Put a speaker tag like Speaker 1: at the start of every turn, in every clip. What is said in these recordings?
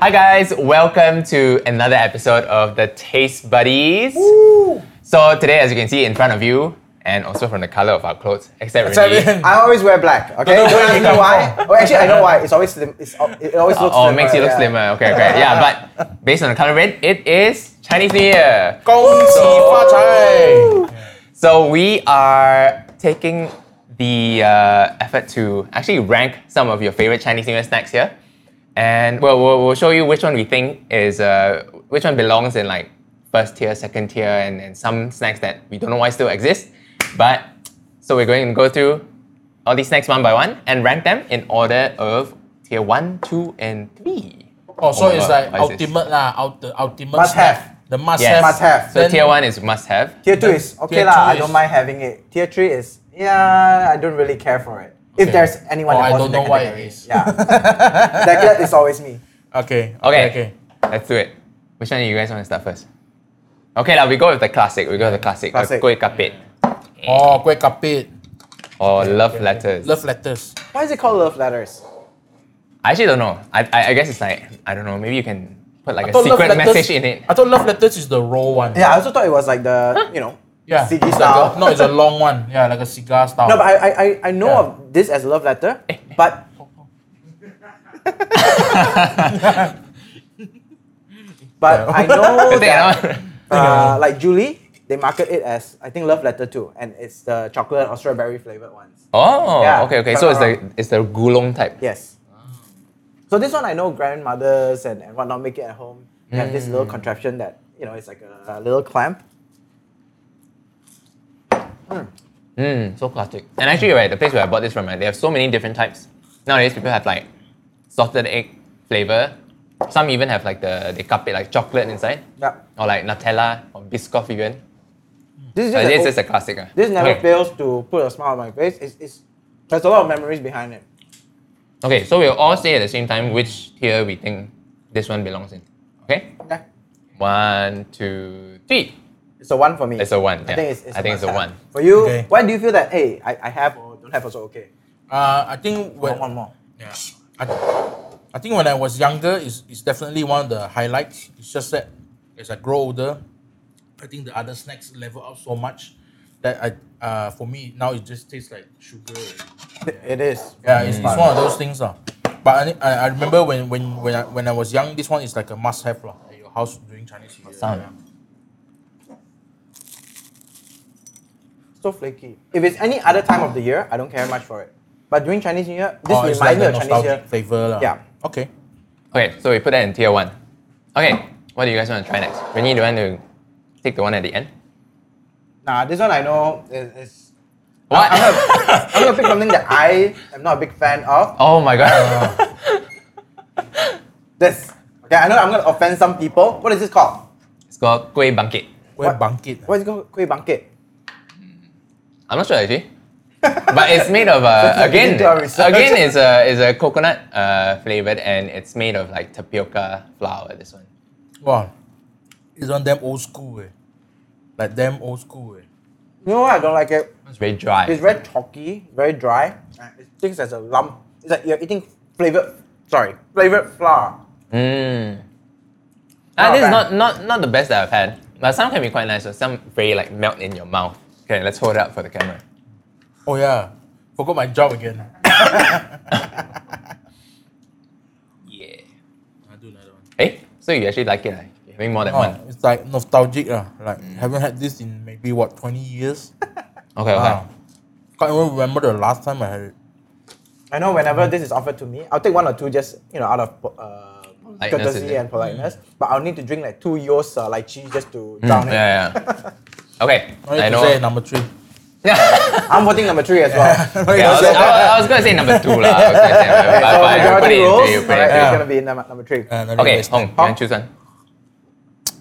Speaker 1: Hi guys, welcome to another episode of the Taste Buddies. So today, as you can see in front of you, and also from the color of our clothes, except
Speaker 2: Except
Speaker 1: Renee,
Speaker 2: Renee.
Speaker 3: I always wear black. Okay,
Speaker 1: Don't know
Speaker 3: don't
Speaker 1: where
Speaker 3: ask
Speaker 1: you
Speaker 3: me
Speaker 1: come
Speaker 3: why.
Speaker 1: from.
Speaker 3: Oh, actually, I know why. It's always slim. It's, al- it always looks.
Speaker 1: oh,
Speaker 3: slimmer,
Speaker 1: makes you look
Speaker 3: yeah.
Speaker 1: slimmer. Okay, okay, yeah. But based on the color red, it is Chinese New Year.
Speaker 2: 恭喜发财！
Speaker 1: So we are taking the uh, effort to actually rank some of your favorite Chinese New Year snacks here, and we'll, we'll, we'll show you which one we think is uh, which one belongs in like first tier, second tier, and, and some snacks that we don't know why still exist. But so we're going to go through all these snacks one by one and rank them in order of tier one, two, and three.
Speaker 2: Oh, so
Speaker 1: my
Speaker 2: it's
Speaker 1: God,
Speaker 2: like
Speaker 1: what is this?
Speaker 2: ultimate lah, out the ultimate
Speaker 3: Must
Speaker 2: snack.
Speaker 3: have.
Speaker 2: The must
Speaker 1: Yes.
Speaker 2: have.
Speaker 3: Must have.
Speaker 1: So
Speaker 2: Then-
Speaker 1: tier one is must have.
Speaker 3: Tier two is okay
Speaker 2: Tier
Speaker 3: lah.
Speaker 2: two
Speaker 3: I
Speaker 2: is-
Speaker 3: don't mind having it. Tier three is yeah. I don't really care for it. If
Speaker 2: Okay.
Speaker 3: there's anyone
Speaker 2: Or
Speaker 3: that
Speaker 2: Oh, I
Speaker 3: falls in
Speaker 2: don't
Speaker 3: that
Speaker 2: know why it
Speaker 3: category.
Speaker 2: is.
Speaker 3: Yeah, that cat is always me.
Speaker 2: Okay.
Speaker 1: Okay.
Speaker 2: Okay.
Speaker 1: Let's do it. Which one do you guys want to start first? Okay, now we go with the classic. We go with the classic. Uh,
Speaker 3: Classic.
Speaker 1: Kue kapit
Speaker 2: Oh, kueh kapit.
Speaker 1: or love letters.
Speaker 2: Love letters.
Speaker 3: Why is it called love letters?
Speaker 1: I actually don't know. I, I, I guess it's like I don't know. Maybe you can put like a
Speaker 2: thought love
Speaker 1: secret message in it.
Speaker 2: I thought love letters is the raw one.
Speaker 3: Yeah, I also thought it was like the you know
Speaker 2: Yeah.
Speaker 3: CD
Speaker 2: it's
Speaker 3: style.
Speaker 2: Like a, no, it's a long one. Yeah, like a cigar style.
Speaker 3: No, but I I- I, I know
Speaker 2: Yeah.
Speaker 3: of this as a love letter, but but I know
Speaker 1: Take
Speaker 3: that
Speaker 1: another one.
Speaker 3: uh, like Julie, they market it as I think love letter too, and it's the chocolate or strawberry flavored ones.
Speaker 1: Oh,
Speaker 3: Yeah,
Speaker 1: okay, okay.
Speaker 3: if
Speaker 1: So
Speaker 3: I'm
Speaker 1: it's
Speaker 3: not
Speaker 1: the it's the gulong type.
Speaker 3: Yes. So this one I know grandmothers and, and whatnot make it at home. They have this little contraption that you know it's like a, a little clamp.
Speaker 1: Mm, so classic. And actually, right, the place where I bought this from, right, they have so many different types. Nowadays, people have like salted egg flavor. Some even have like the they cup it like chocolate inside,
Speaker 3: Yeah.
Speaker 1: or like Nutella or Biscoff even.
Speaker 3: This is
Speaker 1: But
Speaker 3: just
Speaker 1: Uh, this
Speaker 3: an
Speaker 1: is a classic. ah.
Speaker 3: This never
Speaker 1: Okay.
Speaker 3: fails to put a smile on my face. It's, it's, there's a lot of memories behind it.
Speaker 1: Okay, so we'll all say at the same time which tier we think this one belongs in. Okay?
Speaker 3: Okay.
Speaker 1: One, two, three.
Speaker 3: It's a one for me.
Speaker 1: It's a one,
Speaker 3: I
Speaker 1: yeah.
Speaker 3: think it's, it's
Speaker 1: I think it's a
Speaker 3: must-have.
Speaker 1: one.
Speaker 3: For you,
Speaker 2: Okay.
Speaker 3: why do you feel that, hey, I, I have or don't have also okay?
Speaker 2: uh, I think when
Speaker 3: One, one more.
Speaker 2: Yeah. I, I think when I was younger, it's, it's definitely one of the highlights. It's just that as I grow older, I think the other snacks level up so much that I, uh, for me now it just tastes like sugar.
Speaker 3: It is.
Speaker 2: Yeah, it's, it's one of those things, lah. But I, think- I, I remember when when when I, when I was young, this one is like a must have, lah, at your house during Chinese New Year.
Speaker 1: Masam.
Speaker 3: So flaky. If it's any other time of the year, I don't care much for it. But during Chinese New Year, this
Speaker 2: Or Oh,
Speaker 3: reminds
Speaker 2: it's like
Speaker 3: me
Speaker 2: the
Speaker 3: of Chinese New Year.
Speaker 2: nostalgic flavor, lah.
Speaker 3: Yeah.
Speaker 2: Okay.
Speaker 1: Okay, so we put that in tier one. Okay, what do you guys want to try next? Renee, do you want to take the one at the end?
Speaker 3: Nah, this one I know is. is
Speaker 1: What?
Speaker 3: I'm, gonna, I'm gonna pick something that I am not a big fan of.
Speaker 1: oh my god.
Speaker 3: This. Okay, I know I'm gonna offend some people. What is this called?
Speaker 1: it's called Kueh Bangkit.
Speaker 2: Where
Speaker 3: What-
Speaker 2: bangkit?
Speaker 3: What is it called? Kueh bangkit.
Speaker 1: I'm not sure actually. but it's made of uh,
Speaker 3: Looks like we
Speaker 1: again
Speaker 3: did our research.
Speaker 1: again is a is a coconut uh, flavored and it's made of like tapioca flour. This one.
Speaker 2: Wow. It's on them old school, eh. Like them old school, eh.
Speaker 3: You know what? I don't like it.
Speaker 1: It's very dry.
Speaker 3: It's very chalky, very dry. and It thinks as a lump. It's like you're eating flavored, sorry, flavored flour.
Speaker 1: Mm. Ah, this is
Speaker 3: bad.
Speaker 1: not, not not the best that I've had. But some can be quite nice, or some very like melt in your mouth. Okay, let's hold it up for the camera.
Speaker 2: Oh yeah, forgot my job again.
Speaker 1: Yeah.
Speaker 2: I do another one.
Speaker 1: Hey, Eh? so you actually like it, like you're having more than
Speaker 2: Oh,
Speaker 1: one.
Speaker 2: it's like nostalgic lah. Like haven't had this in maybe what twenty years.
Speaker 1: Okay, okay.
Speaker 2: Wow. Can't even remember the last time I had it.
Speaker 3: I know whenever this is offered to me, I'll take one or two just, you know, out of uh,
Speaker 1: Politeness, is it?
Speaker 3: courtesy
Speaker 1: Mm.
Speaker 3: and politeness. But I'll need to drink like two yos uh, lychee just to
Speaker 1: Mm,
Speaker 3: drown
Speaker 1: Hmm. Yeah,
Speaker 3: it.
Speaker 1: yeah. Okay,
Speaker 2: I,
Speaker 1: I
Speaker 2: need to say
Speaker 1: know.
Speaker 2: number three.
Speaker 3: I'm voting number three as well.
Speaker 1: Yeah, I, was, I, was- I was gonna say number two lah. I was gonna say number two, but- but you put
Speaker 3: so
Speaker 1: it
Speaker 3: majority
Speaker 1: in
Speaker 3: rules,
Speaker 1: three, you put it in three.
Speaker 3: alright, it's
Speaker 2: Yeah.
Speaker 3: gonna be number, number three.
Speaker 2: Uh, another
Speaker 1: Okay,
Speaker 2: waste.
Speaker 1: Hong, you want to choose one?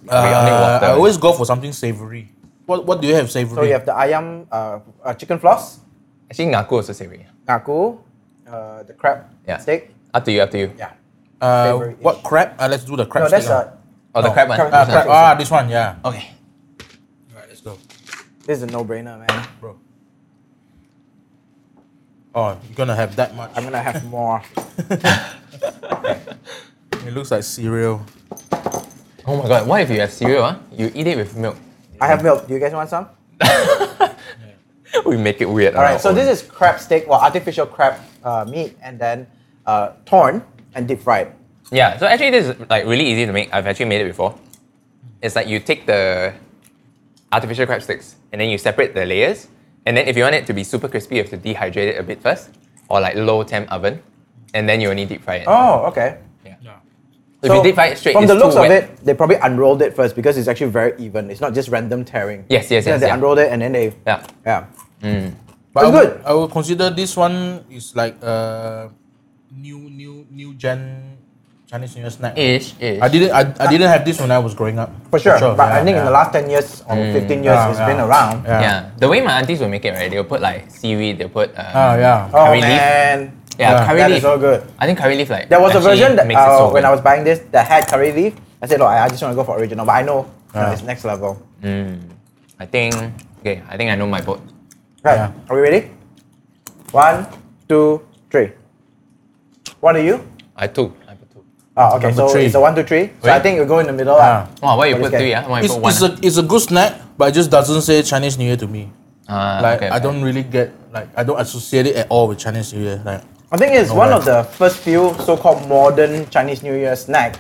Speaker 1: we only
Speaker 2: Uh,
Speaker 1: water.
Speaker 2: I always go for something savory. What What do you have
Speaker 3: so
Speaker 2: savory?
Speaker 3: you have the ayam, uh, uh, chicken floss,
Speaker 1: Actually, ngaku also savory.
Speaker 3: ngaku, uh, the crab
Speaker 1: Yeah.
Speaker 3: steak.
Speaker 1: Up to you. Up to you.
Speaker 3: Yeah.
Speaker 2: uh,
Speaker 3: savory-ish.
Speaker 2: what crab? Uh, let's do the
Speaker 3: No,
Speaker 2: crab.
Speaker 3: that's
Speaker 2: steak lah.
Speaker 3: a,
Speaker 1: Oh, the
Speaker 2: No.
Speaker 1: crab one.
Speaker 3: Crab-
Speaker 1: This
Speaker 2: Ah,
Speaker 1: one.
Speaker 2: crab. Ah, this one, yeah.
Speaker 1: Okay.
Speaker 2: Alright, let's go,
Speaker 3: this is a no-brainer, man.
Speaker 2: bro. Oh, you're gonna have that much.
Speaker 3: I'm gonna have more.
Speaker 2: It looks like cereal.
Speaker 1: Oh my god, what if you have cereal? Huh? You eat it with milk.
Speaker 3: I have milk. Do you guys want some?
Speaker 1: we make it weird.
Speaker 3: All right. So this is crab steak, well, artificial crab uh, meat, and then uh, torn and deep fried.
Speaker 1: Yeah, so actually this is like really easy to make. I've actually made it before. It's like you take the artificial crab sticks and then you separate the layers. And then if you want it to be super crispy, you have to dehydrate it a bit first, or like low temp oven, and then you only deep fry it.
Speaker 3: Oh, okay.
Speaker 2: Yeah.
Speaker 1: if you deep fry it straight,
Speaker 3: from
Speaker 1: it's
Speaker 3: the looks
Speaker 1: too
Speaker 3: of
Speaker 1: wet.
Speaker 3: it, they probably unrolled it first because it's actually very even. It's not just random tearing.
Speaker 1: Yes, yes,
Speaker 3: yeah,
Speaker 1: yes,
Speaker 3: They
Speaker 1: yeah.
Speaker 3: unrolled it and then they
Speaker 1: Yeah.
Speaker 3: yeah.
Speaker 2: But I
Speaker 3: That's
Speaker 2: would,
Speaker 3: Oh, good.
Speaker 2: I would consider this one is like a new new new gen Chinese New Year snack.
Speaker 1: Ish, ish.
Speaker 2: I didn't I, I didn't have this when I was growing up.
Speaker 3: For sure. but
Speaker 2: yeah,
Speaker 3: I think in
Speaker 2: yeah.
Speaker 3: the last 10 years or
Speaker 1: Mm.
Speaker 3: 15 years,
Speaker 2: Yeah,
Speaker 3: it's
Speaker 2: yeah.
Speaker 3: been around.
Speaker 2: yeah.
Speaker 1: Yeah. The way my aunties will make it, right? They'll put like seaweed, they'll put. Um,
Speaker 2: Oh yeah.
Speaker 3: Oh,
Speaker 1: Curry leaf.
Speaker 3: man.
Speaker 1: Yeah,
Speaker 2: Yeah.
Speaker 1: curry
Speaker 3: That
Speaker 1: leaf.
Speaker 3: is so good.
Speaker 1: I think curry leaf, like.
Speaker 3: There was a
Speaker 1: actually
Speaker 3: version that
Speaker 1: makes it
Speaker 3: uh,
Speaker 1: so
Speaker 3: when
Speaker 1: good.
Speaker 3: I was buying this that had curry leaf. I said, look, I I just want to go for original, but I know you know,
Speaker 2: Yeah.
Speaker 3: it's next level.
Speaker 1: I think. Okay, I think I know my boat.
Speaker 3: Right.
Speaker 2: Yeah.
Speaker 3: Are we ready? One, two, three. What are you?
Speaker 1: I took. I put two.
Speaker 3: Oh, okay.
Speaker 2: Number
Speaker 3: so
Speaker 2: three.
Speaker 3: it's a one, two, three. So I
Speaker 1: Wait.
Speaker 3: think you go in the middle.
Speaker 2: Yeah.
Speaker 3: ah.
Speaker 1: Wow, why you
Speaker 3: For this
Speaker 1: put
Speaker 3: guy.
Speaker 1: three? Yeah, why you
Speaker 2: It's,
Speaker 1: put one? ah?
Speaker 2: it's a it's a good snack, but it just doesn't say Chinese New Year to me.
Speaker 1: Ah,
Speaker 2: like
Speaker 1: okay,
Speaker 2: I
Speaker 1: okay.
Speaker 2: don't really get like I don't associate it at all with Chinese New Year. Like
Speaker 3: I think it's
Speaker 2: No
Speaker 3: one
Speaker 2: way.
Speaker 3: of the first few so-called modern Chinese New Year snack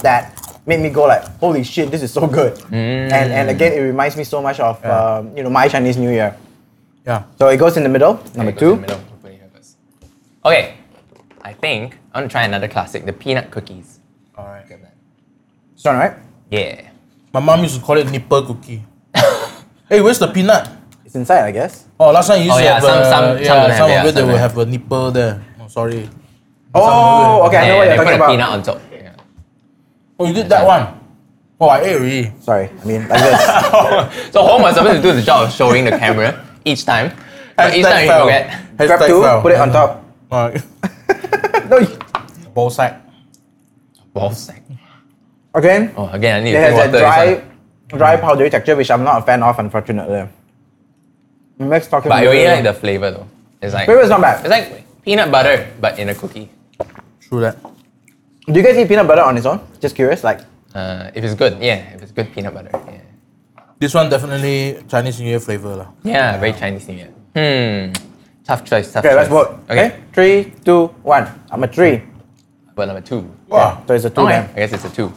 Speaker 3: that made me go like, holy shit, this is so good.
Speaker 1: Mm.
Speaker 3: And and again, it reminds me so much of
Speaker 2: Yeah.
Speaker 3: um, you know my Chinese New Year.
Speaker 2: yeah.
Speaker 3: So it goes in the middle, number
Speaker 1: Okay, go
Speaker 3: two.
Speaker 1: to the middle. We'll put it here first. Okay, I think I want to try another classic, the peanut cookies.
Speaker 2: All right.
Speaker 3: It's all right.
Speaker 1: Yeah.
Speaker 2: My mom used to call it nipple cookie. hey, where's the peanut?
Speaker 3: It's inside, I guess.
Speaker 2: Oh, last time you
Speaker 1: Oh,
Speaker 2: used to
Speaker 1: yeah,
Speaker 2: have
Speaker 1: some-
Speaker 2: uh,
Speaker 1: some-
Speaker 2: yeah,
Speaker 1: some have,
Speaker 2: some
Speaker 1: yeah,
Speaker 2: of it they
Speaker 1: some
Speaker 2: will
Speaker 1: have.
Speaker 2: have a nipple there. Oh, sorry.
Speaker 3: Oh,
Speaker 1: yeah,
Speaker 3: okay, I know what
Speaker 1: they
Speaker 3: you're
Speaker 1: put
Speaker 3: talking
Speaker 1: a
Speaker 3: about.
Speaker 1: peanut on top. Yeah.
Speaker 2: Oh, you did that one. Oh, I ate already.
Speaker 3: Sorry, I mean like this.
Speaker 1: So Home was supposed to do the job of showing the camera each time. But each
Speaker 2: Hashtag
Speaker 1: time you
Speaker 2: fail.
Speaker 1: forget.
Speaker 3: Grab
Speaker 2: Hashtag
Speaker 3: two,
Speaker 2: fail.
Speaker 3: put it on top.
Speaker 2: All right.
Speaker 3: No, you-
Speaker 2: Ball sack.
Speaker 1: Ballsack.
Speaker 3: again,
Speaker 1: Oh, again, I need
Speaker 3: it
Speaker 1: to drink
Speaker 3: has
Speaker 1: water.
Speaker 3: a
Speaker 1: this
Speaker 3: dry,
Speaker 1: one.
Speaker 3: dry powdery texture, which I'm not a fan of, unfortunately. Next talking.
Speaker 1: But I really like the flavor though. It's like
Speaker 3: Flavor is not
Speaker 1: it's
Speaker 3: bad.
Speaker 1: like peanut butter but in a cookie.
Speaker 2: True that.
Speaker 3: Do you guys eat peanut butter on its own? Just curious, like.
Speaker 1: Uh, if it's good, yeah. If it's good peanut butter, yeah.
Speaker 2: This one definitely Chinese New Year flavor lah.
Speaker 1: Yeah, very Chinese New Year. Hmm. Tough choice. Tough
Speaker 3: Okay,
Speaker 1: choice.
Speaker 3: let's vote. Okay.
Speaker 1: Okay.
Speaker 3: three, two, one. I'm a three.
Speaker 1: But number two.
Speaker 2: Wow.
Speaker 3: So it's a two.
Speaker 1: Okay.
Speaker 3: then.
Speaker 1: I guess it's a two.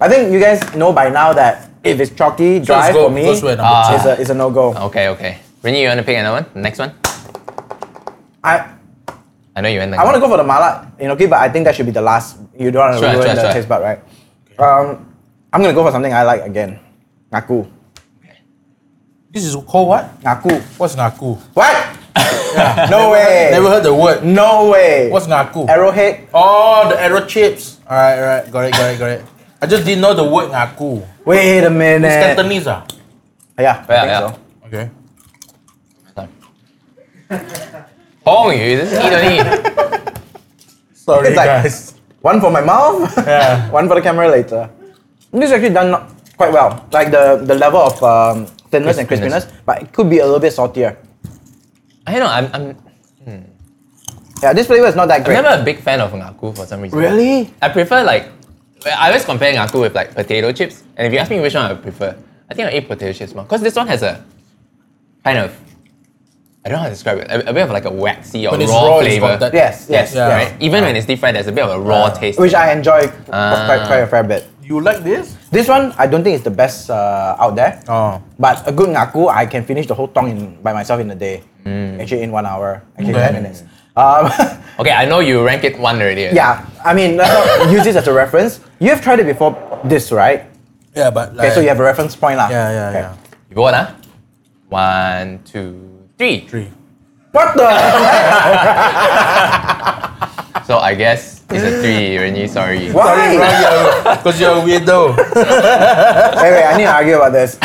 Speaker 3: I think you guys know by now that if it's chalky, dry
Speaker 2: go-
Speaker 3: for me,
Speaker 2: goes
Speaker 3: it's
Speaker 2: where number Ah.
Speaker 3: a it's a no go.
Speaker 1: Okay, okay. Renee, you want to pick another one? The next one?
Speaker 3: I
Speaker 1: I know you went.
Speaker 3: I want to go for the mala enoki, but I think that should be the last. You don't want to
Speaker 1: Sure,
Speaker 3: ruin
Speaker 1: sure,
Speaker 3: the
Speaker 1: sure.
Speaker 3: taste bud, right? Um, I'm gonna go for something I like again. Ngaku,
Speaker 2: This is called what?
Speaker 3: ngaku.
Speaker 2: What's ngaku?
Speaker 3: What? No way.
Speaker 2: Never heard the word.
Speaker 3: No way.
Speaker 2: What's ngaku?
Speaker 3: arrowhead?
Speaker 2: Oh, the arrow chips. All right, all right, got it, got it, got it. I just didn't know the word ngaku.
Speaker 3: Wait a minute.
Speaker 2: It's Cantonese, ah.
Speaker 3: Yeah, I
Speaker 1: Yeah,
Speaker 3: think
Speaker 1: yeah.
Speaker 3: so.
Speaker 2: Okay.
Speaker 1: Hong Yu, this is eat only.
Speaker 2: Sorry,
Speaker 3: It's like-
Speaker 2: guys.
Speaker 3: One for my mouth,
Speaker 2: Yeah.
Speaker 3: one for the camera later. This is actually done not- quite well. Like the, the level of um, thinness and
Speaker 1: Crispiness.
Speaker 3: crispiness, but it could be a little bit saltier.
Speaker 1: I know. I'm. I'm
Speaker 3: Yeah, this flavor is not that
Speaker 1: I'm
Speaker 3: great.
Speaker 1: never a big fan of ngaku for some reason.
Speaker 3: Really?
Speaker 1: I prefer like. I always compare ngaku with like potato chips, and if you ask me which one I prefer, I think I eat potato chips more because this one has a kind of. I don't know how to describe it. A, a bit of like a waxy or
Speaker 2: When it's
Speaker 1: raw,
Speaker 2: raw, it's
Speaker 1: flavor.
Speaker 2: got that-
Speaker 3: Yes, yes,
Speaker 2: Yeah.
Speaker 3: yes.
Speaker 1: Right? Even when it's deep fried, there's a bit of a raw
Speaker 2: Yeah.
Speaker 1: taste.
Speaker 3: Which I enjoy quite,
Speaker 1: Ah.
Speaker 3: quite a fair bit.
Speaker 2: You like this?
Speaker 3: This one, I don't think it's the best uh, out there.
Speaker 2: Oh.
Speaker 3: But a good ngaku, I can finish the whole tong in, by myself in a day. Actually, in one hour. Actually,
Speaker 2: Mm.
Speaker 3: 10
Speaker 2: Okay.
Speaker 3: minutes. Um,
Speaker 1: okay, I know you rank it one already.
Speaker 3: yeah, I mean, let's not use this as a reference. You have tried it before this, right?
Speaker 2: Yeah, but like.
Speaker 3: Okay, so you have a reference point. lah.
Speaker 2: Yeah, yeah,
Speaker 3: Okay.
Speaker 2: yeah.
Speaker 1: You go on, huh? One, two, three.
Speaker 2: Three.
Speaker 3: What the?
Speaker 1: So I guess it's a three, Renyi, sorry.
Speaker 3: Why?
Speaker 2: Because you're a weirdo.
Speaker 3: wait, wait, I need to argue about this.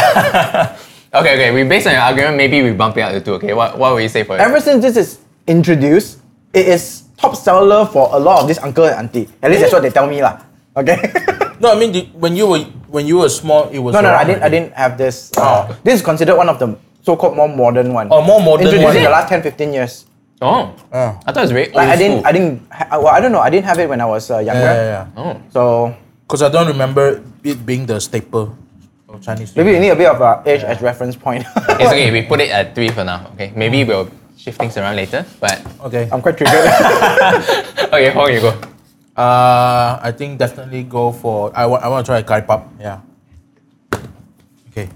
Speaker 1: Okay, okay, we based on your argument, maybe we bump it up to two, okay? What, what would you say for it?
Speaker 3: Ever since this is introduced, it is top seller for a lot of these uncle and auntie. At least that's what they tell me lah. Okay.
Speaker 2: no, I mean the- when you were when you were small, it was.
Speaker 3: no, no,
Speaker 2: around
Speaker 3: I didn't. I
Speaker 2: already.
Speaker 3: didn't have this. uh,
Speaker 2: Oh.
Speaker 3: This is considered one of the so-called more modern one.
Speaker 2: Oh, more modern
Speaker 3: Introduced
Speaker 2: one.
Speaker 3: in the last 10, 15 years.
Speaker 1: Oh,
Speaker 2: Ah.
Speaker 1: I thought it was very old
Speaker 3: Like I didn't,
Speaker 1: school.
Speaker 3: I didn't. ha- uh, Well, I don't know. I didn't have it when I was uh, younger.
Speaker 2: Yeah, yeah,
Speaker 1: oh,
Speaker 2: yeah.
Speaker 3: So
Speaker 2: Because I don't remember it being the staple of Chinese.
Speaker 3: maybe you need a bit of uh, age as reference point.
Speaker 1: it's okay. We put it at three for now. Okay, maybe we'll shift things around later. But
Speaker 2: Okay.
Speaker 3: I'm quite triggered.
Speaker 1: okay, how you go?
Speaker 2: Uh, I think definitely go for. I want. I want to try a curry pup. Yeah. Okay.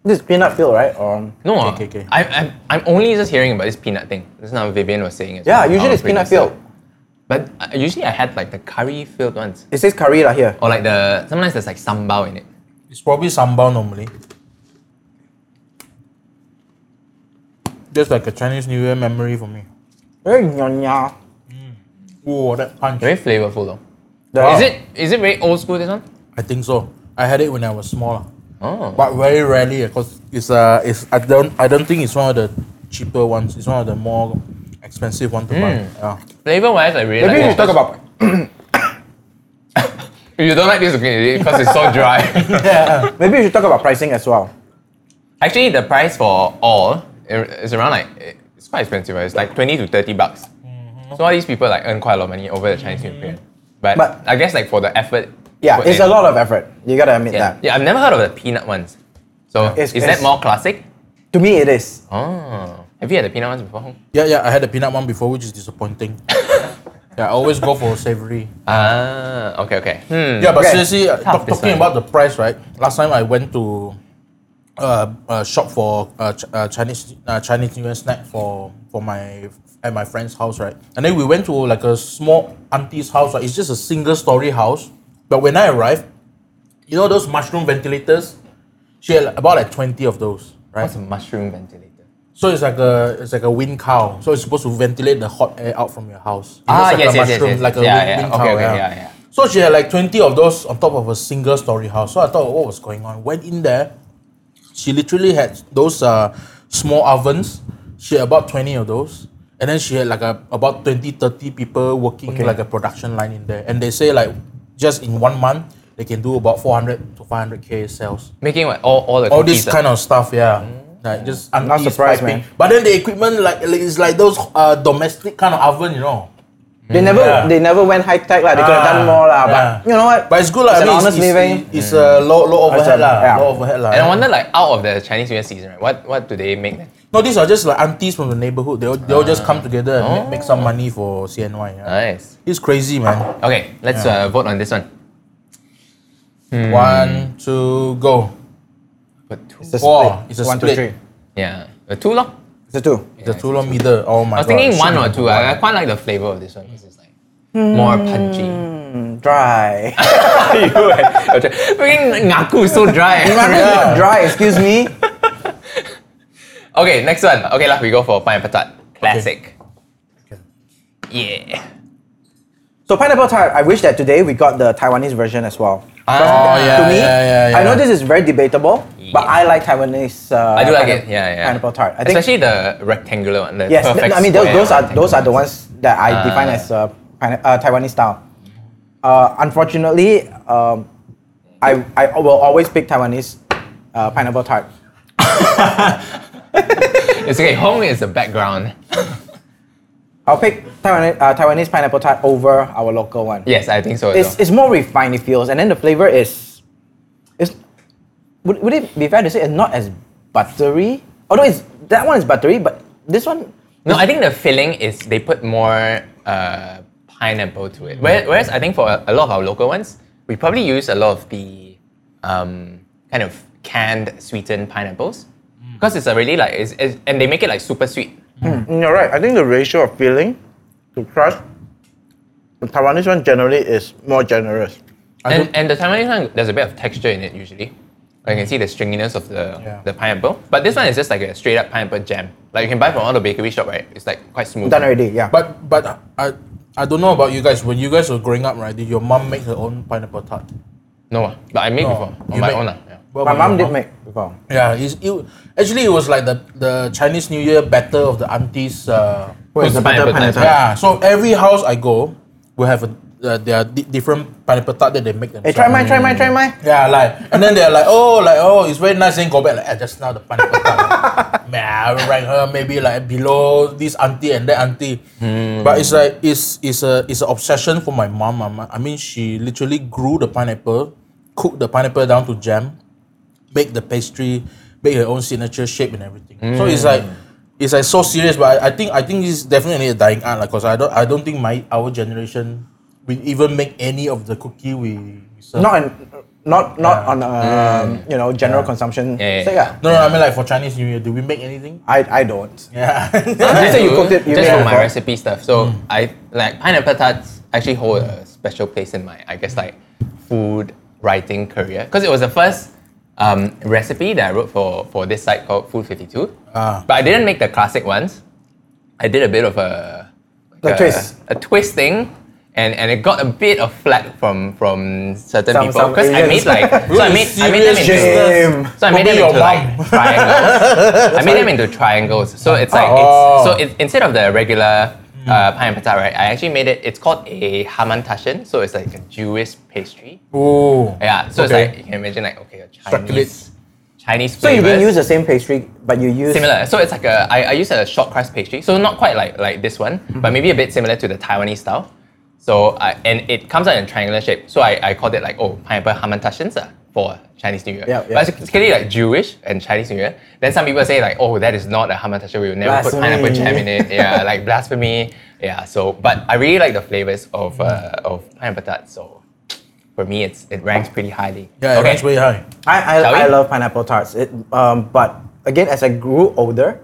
Speaker 3: this is peanut feel, right? Or
Speaker 1: No, ah,
Speaker 2: Okay, okay, okay.
Speaker 1: I, I'm, I'm only just hearing about this peanut thing. Just now Vivian was saying it.
Speaker 3: yeah,
Speaker 2: Oh,
Speaker 3: usually it's peanut filled.
Speaker 1: But uh, usually I had like the curry filled ones.
Speaker 3: It says curry lah here.
Speaker 1: Or like the, sometimes there's like sambal in it.
Speaker 2: It's probably sambal normally. Just like a Chinese New Year memory for me.
Speaker 3: Very nyonya.
Speaker 2: Oh, that punch.
Speaker 1: Very flavorful though.
Speaker 3: The-
Speaker 1: Is it is it very old school this one?
Speaker 2: I think so. I had it when I was smaller,
Speaker 1: Oh.
Speaker 2: but very rarely because it's uh, it's I don't I don't think it's one of the cheaper ones. It's one of the more expensive one to buy. Yeah.
Speaker 1: Flavor wise, I really
Speaker 3: Maybe we
Speaker 1: like
Speaker 3: should talk about.
Speaker 1: it. You don't like this because it's so dry.
Speaker 3: Maybe we should talk about pricing as well.
Speaker 1: Actually, the price for all i- is around like, it's quite expensive. right? It's like 20 to 30 bucks. So all these people like earn quite a lot of money over the Chinese New Year. But,
Speaker 3: But-
Speaker 1: I guess like for the effort.
Speaker 3: Yeah,
Speaker 1: put
Speaker 3: it's
Speaker 1: in-
Speaker 3: a lot of effort. You gotta admit
Speaker 1: Yeah.
Speaker 3: that.
Speaker 1: yeah, I've never heard of the peanut ones. So
Speaker 3: It's-
Speaker 1: is
Speaker 3: it's-
Speaker 1: that more classic?
Speaker 3: To me, it is.
Speaker 1: Oh. Have you had the peanut ones before? Hong?
Speaker 2: Yeah, yeah, I had the peanut one before, which is disappointing. yeah, I always go for savory.
Speaker 1: Ah, okay, okay. Hmm.
Speaker 2: Yeah, but
Speaker 3: Okay.
Speaker 2: seriously, uh,
Speaker 1: Tough
Speaker 2: talk,
Speaker 1: this one.
Speaker 2: talking about the price, right? Last time I went to uh, a shop for uh, Ch- uh, Chinese uh, Chinese New Year snack for for my at my friend's house, right? And then we went to like a small auntie's house. Right? It's just a single story house, but when I arrived, you know those mushroom ventilators. She had about like twenty of those, right?
Speaker 1: What's a mushroom ventilator?
Speaker 2: So it's like a it's like a wind cow. So it's supposed to ventilate the hot air out from your house.
Speaker 1: Ah,
Speaker 2: It looks like
Speaker 1: yes,
Speaker 2: a
Speaker 1: yes, yes,
Speaker 2: mushroom,
Speaker 1: yes,
Speaker 2: Like a
Speaker 1: yeah,
Speaker 2: wind,
Speaker 1: yeah.
Speaker 2: wind
Speaker 1: Okay,
Speaker 2: cow.
Speaker 1: okay,
Speaker 2: yeah.
Speaker 1: yeah, yeah.
Speaker 2: So she had like twenty of those on top of a single story house. So I thought, what was going on? Went in there. She literally had those uh, small ovens. She had about twenty of those. And then she had like a, about 20, 30 people working
Speaker 1: Okay.
Speaker 2: like a production line in there. And they say like just in one month they can do about four hundred to five hundred K sales
Speaker 1: Making what? All, all the
Speaker 2: all this
Speaker 1: cookies, uh, ah. Mm.
Speaker 2: kind of stuff, yeah. Like just I'm
Speaker 3: Not surprised, man.
Speaker 2: But then the equipment like it's like those uh, domestic kind of oven, you know.
Speaker 3: They never,
Speaker 2: Yeah.
Speaker 3: they never went high tech lah. They could have done
Speaker 2: Ah,
Speaker 3: more lah.
Speaker 2: yeah.
Speaker 3: But you know what?
Speaker 2: But it's good like
Speaker 3: It's
Speaker 2: I
Speaker 3: an
Speaker 2: mean,
Speaker 3: honest
Speaker 2: it's, it's,
Speaker 3: living.
Speaker 2: It's a low low overhead
Speaker 3: It's a-
Speaker 2: lah,
Speaker 3: yeah.
Speaker 2: low overhead lah.
Speaker 1: Mm. And
Speaker 3: Ah.
Speaker 1: I wonder like out of the Chinese New Year season, right? What what do they make then?
Speaker 2: No, these are just like aunties from the neighborhood. They all, they all
Speaker 1: Ah.
Speaker 2: just come together and
Speaker 1: Oh.
Speaker 2: make, make some money for CNY. Yeah.
Speaker 1: Nice.
Speaker 2: It's crazy, man.
Speaker 1: Okay, let's uh, vote on this one. Mm.
Speaker 2: One, two, go.
Speaker 1: But two.
Speaker 3: It's a
Speaker 2: Wow,
Speaker 3: split.
Speaker 2: it's a
Speaker 3: one, two,
Speaker 2: split.
Speaker 3: three.
Speaker 1: Yeah. The two lor.
Speaker 3: It's a two.
Speaker 2: the two long meter. Oh my
Speaker 1: I was
Speaker 2: god.
Speaker 1: thinking
Speaker 2: should
Speaker 1: one or
Speaker 2: be number
Speaker 1: two. I, I quite like the flavor of this one because it's like more punchy.
Speaker 3: Dry.
Speaker 1: Freaking ngaku so dry.
Speaker 2: Yeah.
Speaker 3: Dry. Excuse me.
Speaker 1: okay, next one. Okay, lah, we go for pineapple tart. Classic.
Speaker 2: Okay.
Speaker 1: Yeah.
Speaker 3: So pineapple tart. I wish that today we got the Taiwanese version as well.
Speaker 1: Ah,
Speaker 2: yeah,
Speaker 3: to me,
Speaker 2: yeah, yeah,
Speaker 3: I know
Speaker 2: yeah.
Speaker 3: this is very debatable, but
Speaker 1: Yeah.
Speaker 3: I like Taiwanese. Uh,
Speaker 1: I do like
Speaker 3: pineapple-
Speaker 1: it. Yeah, yeah.
Speaker 3: Pineapple tart. I think
Speaker 1: Especially the rectangular one. The
Speaker 3: yes.
Speaker 1: perfect
Speaker 3: I mean, those,
Speaker 1: square
Speaker 3: those are
Speaker 1: rectangular
Speaker 3: those are the ones that I define
Speaker 1: Ah.
Speaker 3: as uh, pine- uh, Taiwanese style. Uh, unfortunately, um, I I will always pick Taiwanese uh, pineapple tart.
Speaker 1: It's okay. Hong is the background.
Speaker 3: I'll pick Taiwanese, uh, Taiwanese pineapple tart over our local one.
Speaker 1: Yes, I think so. as
Speaker 3: It's,
Speaker 1: well.
Speaker 3: it's more refined, it feels, and then the flavor is, is would, would it be fair to say it's not as buttery? Although it's that one is buttery, but this one
Speaker 1: no, I think the filling is they put more uh, pineapple to it. Where- Whereas I think for a, a lot of our local ones, we probably use a lot of the um, kind of canned sweetened pineapples
Speaker 2: Mm.
Speaker 1: because it's already like it's, it's, and they make it like super sweet.
Speaker 4: You're right. I think the ratio of filling to crust, the Taiwanese one generally is more generous.
Speaker 1: And, and the Taiwanese one, there's a bit of texture in it usually. Like you can see the stringiness of the,
Speaker 2: Yeah.
Speaker 1: the pineapple. But this one is just like a straight up pineapple jam. Like you can buy from all the bakery shop, right? It's like quite smooth.
Speaker 3: done already, yeah.
Speaker 2: But but I I don't know about you guys. When you guys were growing up, right? Did your mom make her own pineapple tart?
Speaker 1: No, ah, but I made before on
Speaker 2: you
Speaker 1: my
Speaker 2: make-
Speaker 1: own. ah, Yeah.
Speaker 2: What
Speaker 3: my
Speaker 2: about
Speaker 3: mom
Speaker 2: your
Speaker 3: did make before.
Speaker 2: Yeah, it's, it, actually, it was like the, the Chinese New Year battle of the aunties. Uh,
Speaker 3: Oh,
Speaker 1: Who's the pineapple
Speaker 3: pineapple
Speaker 1: tart?
Speaker 3: tart?
Speaker 2: yeah, so every house I go will have a, uh, there are di- different pineapple tart that they make
Speaker 3: Hey,
Speaker 2: themselves.
Speaker 3: try mine, try mine, try mine.
Speaker 2: Yeah, like, and then they're like, oh, like, oh, it's very nice. Then go back, like, ah, just now the pineapple tart. Man, I will rank her maybe like below this auntie and that auntie. But it's like, it's it's a it's an obsession for my mom. I'm- I mean, she literally grew the pineapple, cooked the pineapple down to jam, make the pastry, make her own signature shape and everything. So it's like it's like so serious, but I, I think I think it's definitely a dying art, like, cause I don't I don't think my our generation will even make any of the cookie we, we serve.
Speaker 3: Not an, not not on um, you know general consumption.
Speaker 1: Yeah, yeah.
Speaker 3: So yeah,
Speaker 2: No, no, I mean like for Chinese New Year, do we make anything?
Speaker 3: I I don't.
Speaker 2: Yeah.
Speaker 1: I
Speaker 3: You say you
Speaker 1: do,
Speaker 3: cooked it, you
Speaker 1: just for
Speaker 3: made it Mm.
Speaker 1: my
Speaker 3: for-
Speaker 1: recipe stuff. So I like pineapple tarts actually hold a special place in my I guess like food writing career because it was the first um, recipe that I wrote for for this site called Food Fifty Two.
Speaker 2: Ah.
Speaker 1: But I didn't make the classic ones. I did a bit of a
Speaker 3: The
Speaker 1: a-
Speaker 3: twist.
Speaker 1: a twist thing. And, and it got a bit of flack from from certain
Speaker 3: Some-
Speaker 1: people
Speaker 3: some
Speaker 1: because I made
Speaker 3: Asians.
Speaker 1: like so I made I made them into
Speaker 3: serious, Jim?
Speaker 1: so I made them into
Speaker 2: Probably your
Speaker 1: like triangles. I made them into triangles. So it's like
Speaker 2: Oh. Hmm.
Speaker 1: it's, so it, instead of the regular uh, pineapple tart, right? I actually made it. It's called a hamantashen. So it's like a Jewish pastry.
Speaker 2: Ooh.
Speaker 1: Yeah. So
Speaker 2: Okay.
Speaker 1: it's like you can imagine like okay a
Speaker 2: Chocolates.
Speaker 1: Chinese Chinese
Speaker 3: So you
Speaker 1: flavors.
Speaker 3: didn't use the same pastry, but you use
Speaker 1: Similar. So it's like a I, I use a short crust pastry. So not quite like like this one,
Speaker 2: Mm-hmm.
Speaker 1: but maybe a bit similar to the Taiwanese style. So I, and it comes out in triangular shape. So I, I called it like oh pineapple hamantaschen uh, for Chinese New Year.
Speaker 3: Yeah, yeah.
Speaker 1: But it's clearly like Jewish and Chinese New Year. Then some people say like oh that is not a hamantaschen. We will never put
Speaker 3: Blasphemy.
Speaker 1: pineapple jam in it. Yeah, like blasphemy. Yeah. So but I really like the flavors of
Speaker 2: Mm.
Speaker 1: uh, of pineapple tart. So for me it's it ranks pretty highly.
Speaker 2: Yeah, it ranks way high.
Speaker 3: I
Speaker 1: Shall we?
Speaker 3: I, I love pineapple tarts. It, um, but again, as I grew older,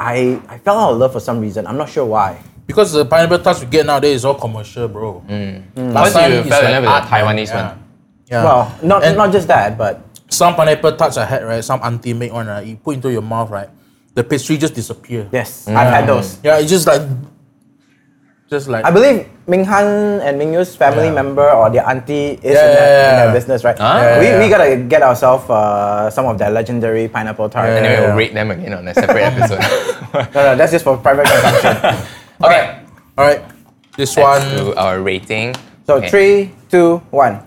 Speaker 3: I I fell out of love for some reason. I'm not sure why.
Speaker 2: Because the pineapple tarts we get nowadays is all commercial, bro.
Speaker 1: Mm. Once
Speaker 2: time
Speaker 1: you
Speaker 2: it's
Speaker 1: fell in love
Speaker 2: like
Speaker 1: with the
Speaker 2: art, man.
Speaker 1: Taiwanese
Speaker 2: yeah.
Speaker 1: one.
Speaker 2: Yeah.
Speaker 3: Well, not
Speaker 2: Uh, And-
Speaker 3: not just that, but
Speaker 2: some pineapple tarts I had, right? Some auntie make one, right? You put into your mouth, right? The pastry just disappear.
Speaker 3: yes, I've had those.
Speaker 2: Yeah, it's just like, just like.
Speaker 3: I believe Ming Han and Ming Yu's family
Speaker 2: Yeah.
Speaker 3: member or their auntie is
Speaker 2: Yeah,
Speaker 3: in, that,
Speaker 2: yeah,
Speaker 3: in that
Speaker 2: yeah.
Speaker 3: business, right?
Speaker 1: Ah. Yeah,
Speaker 3: we,
Speaker 2: yeah,
Speaker 3: we
Speaker 2: yeah.
Speaker 3: gotta get ourselves uh, some of their legendary pineapple tart.
Speaker 2: Yeah.
Speaker 1: Anyway, we'll rate them again on a separate episode.
Speaker 3: No, no, that's just for private consumption.
Speaker 1: okay.
Speaker 2: all right, this
Speaker 1: Let's
Speaker 2: one.
Speaker 1: do our rating.
Speaker 3: So
Speaker 1: Okay.
Speaker 3: three, two, one.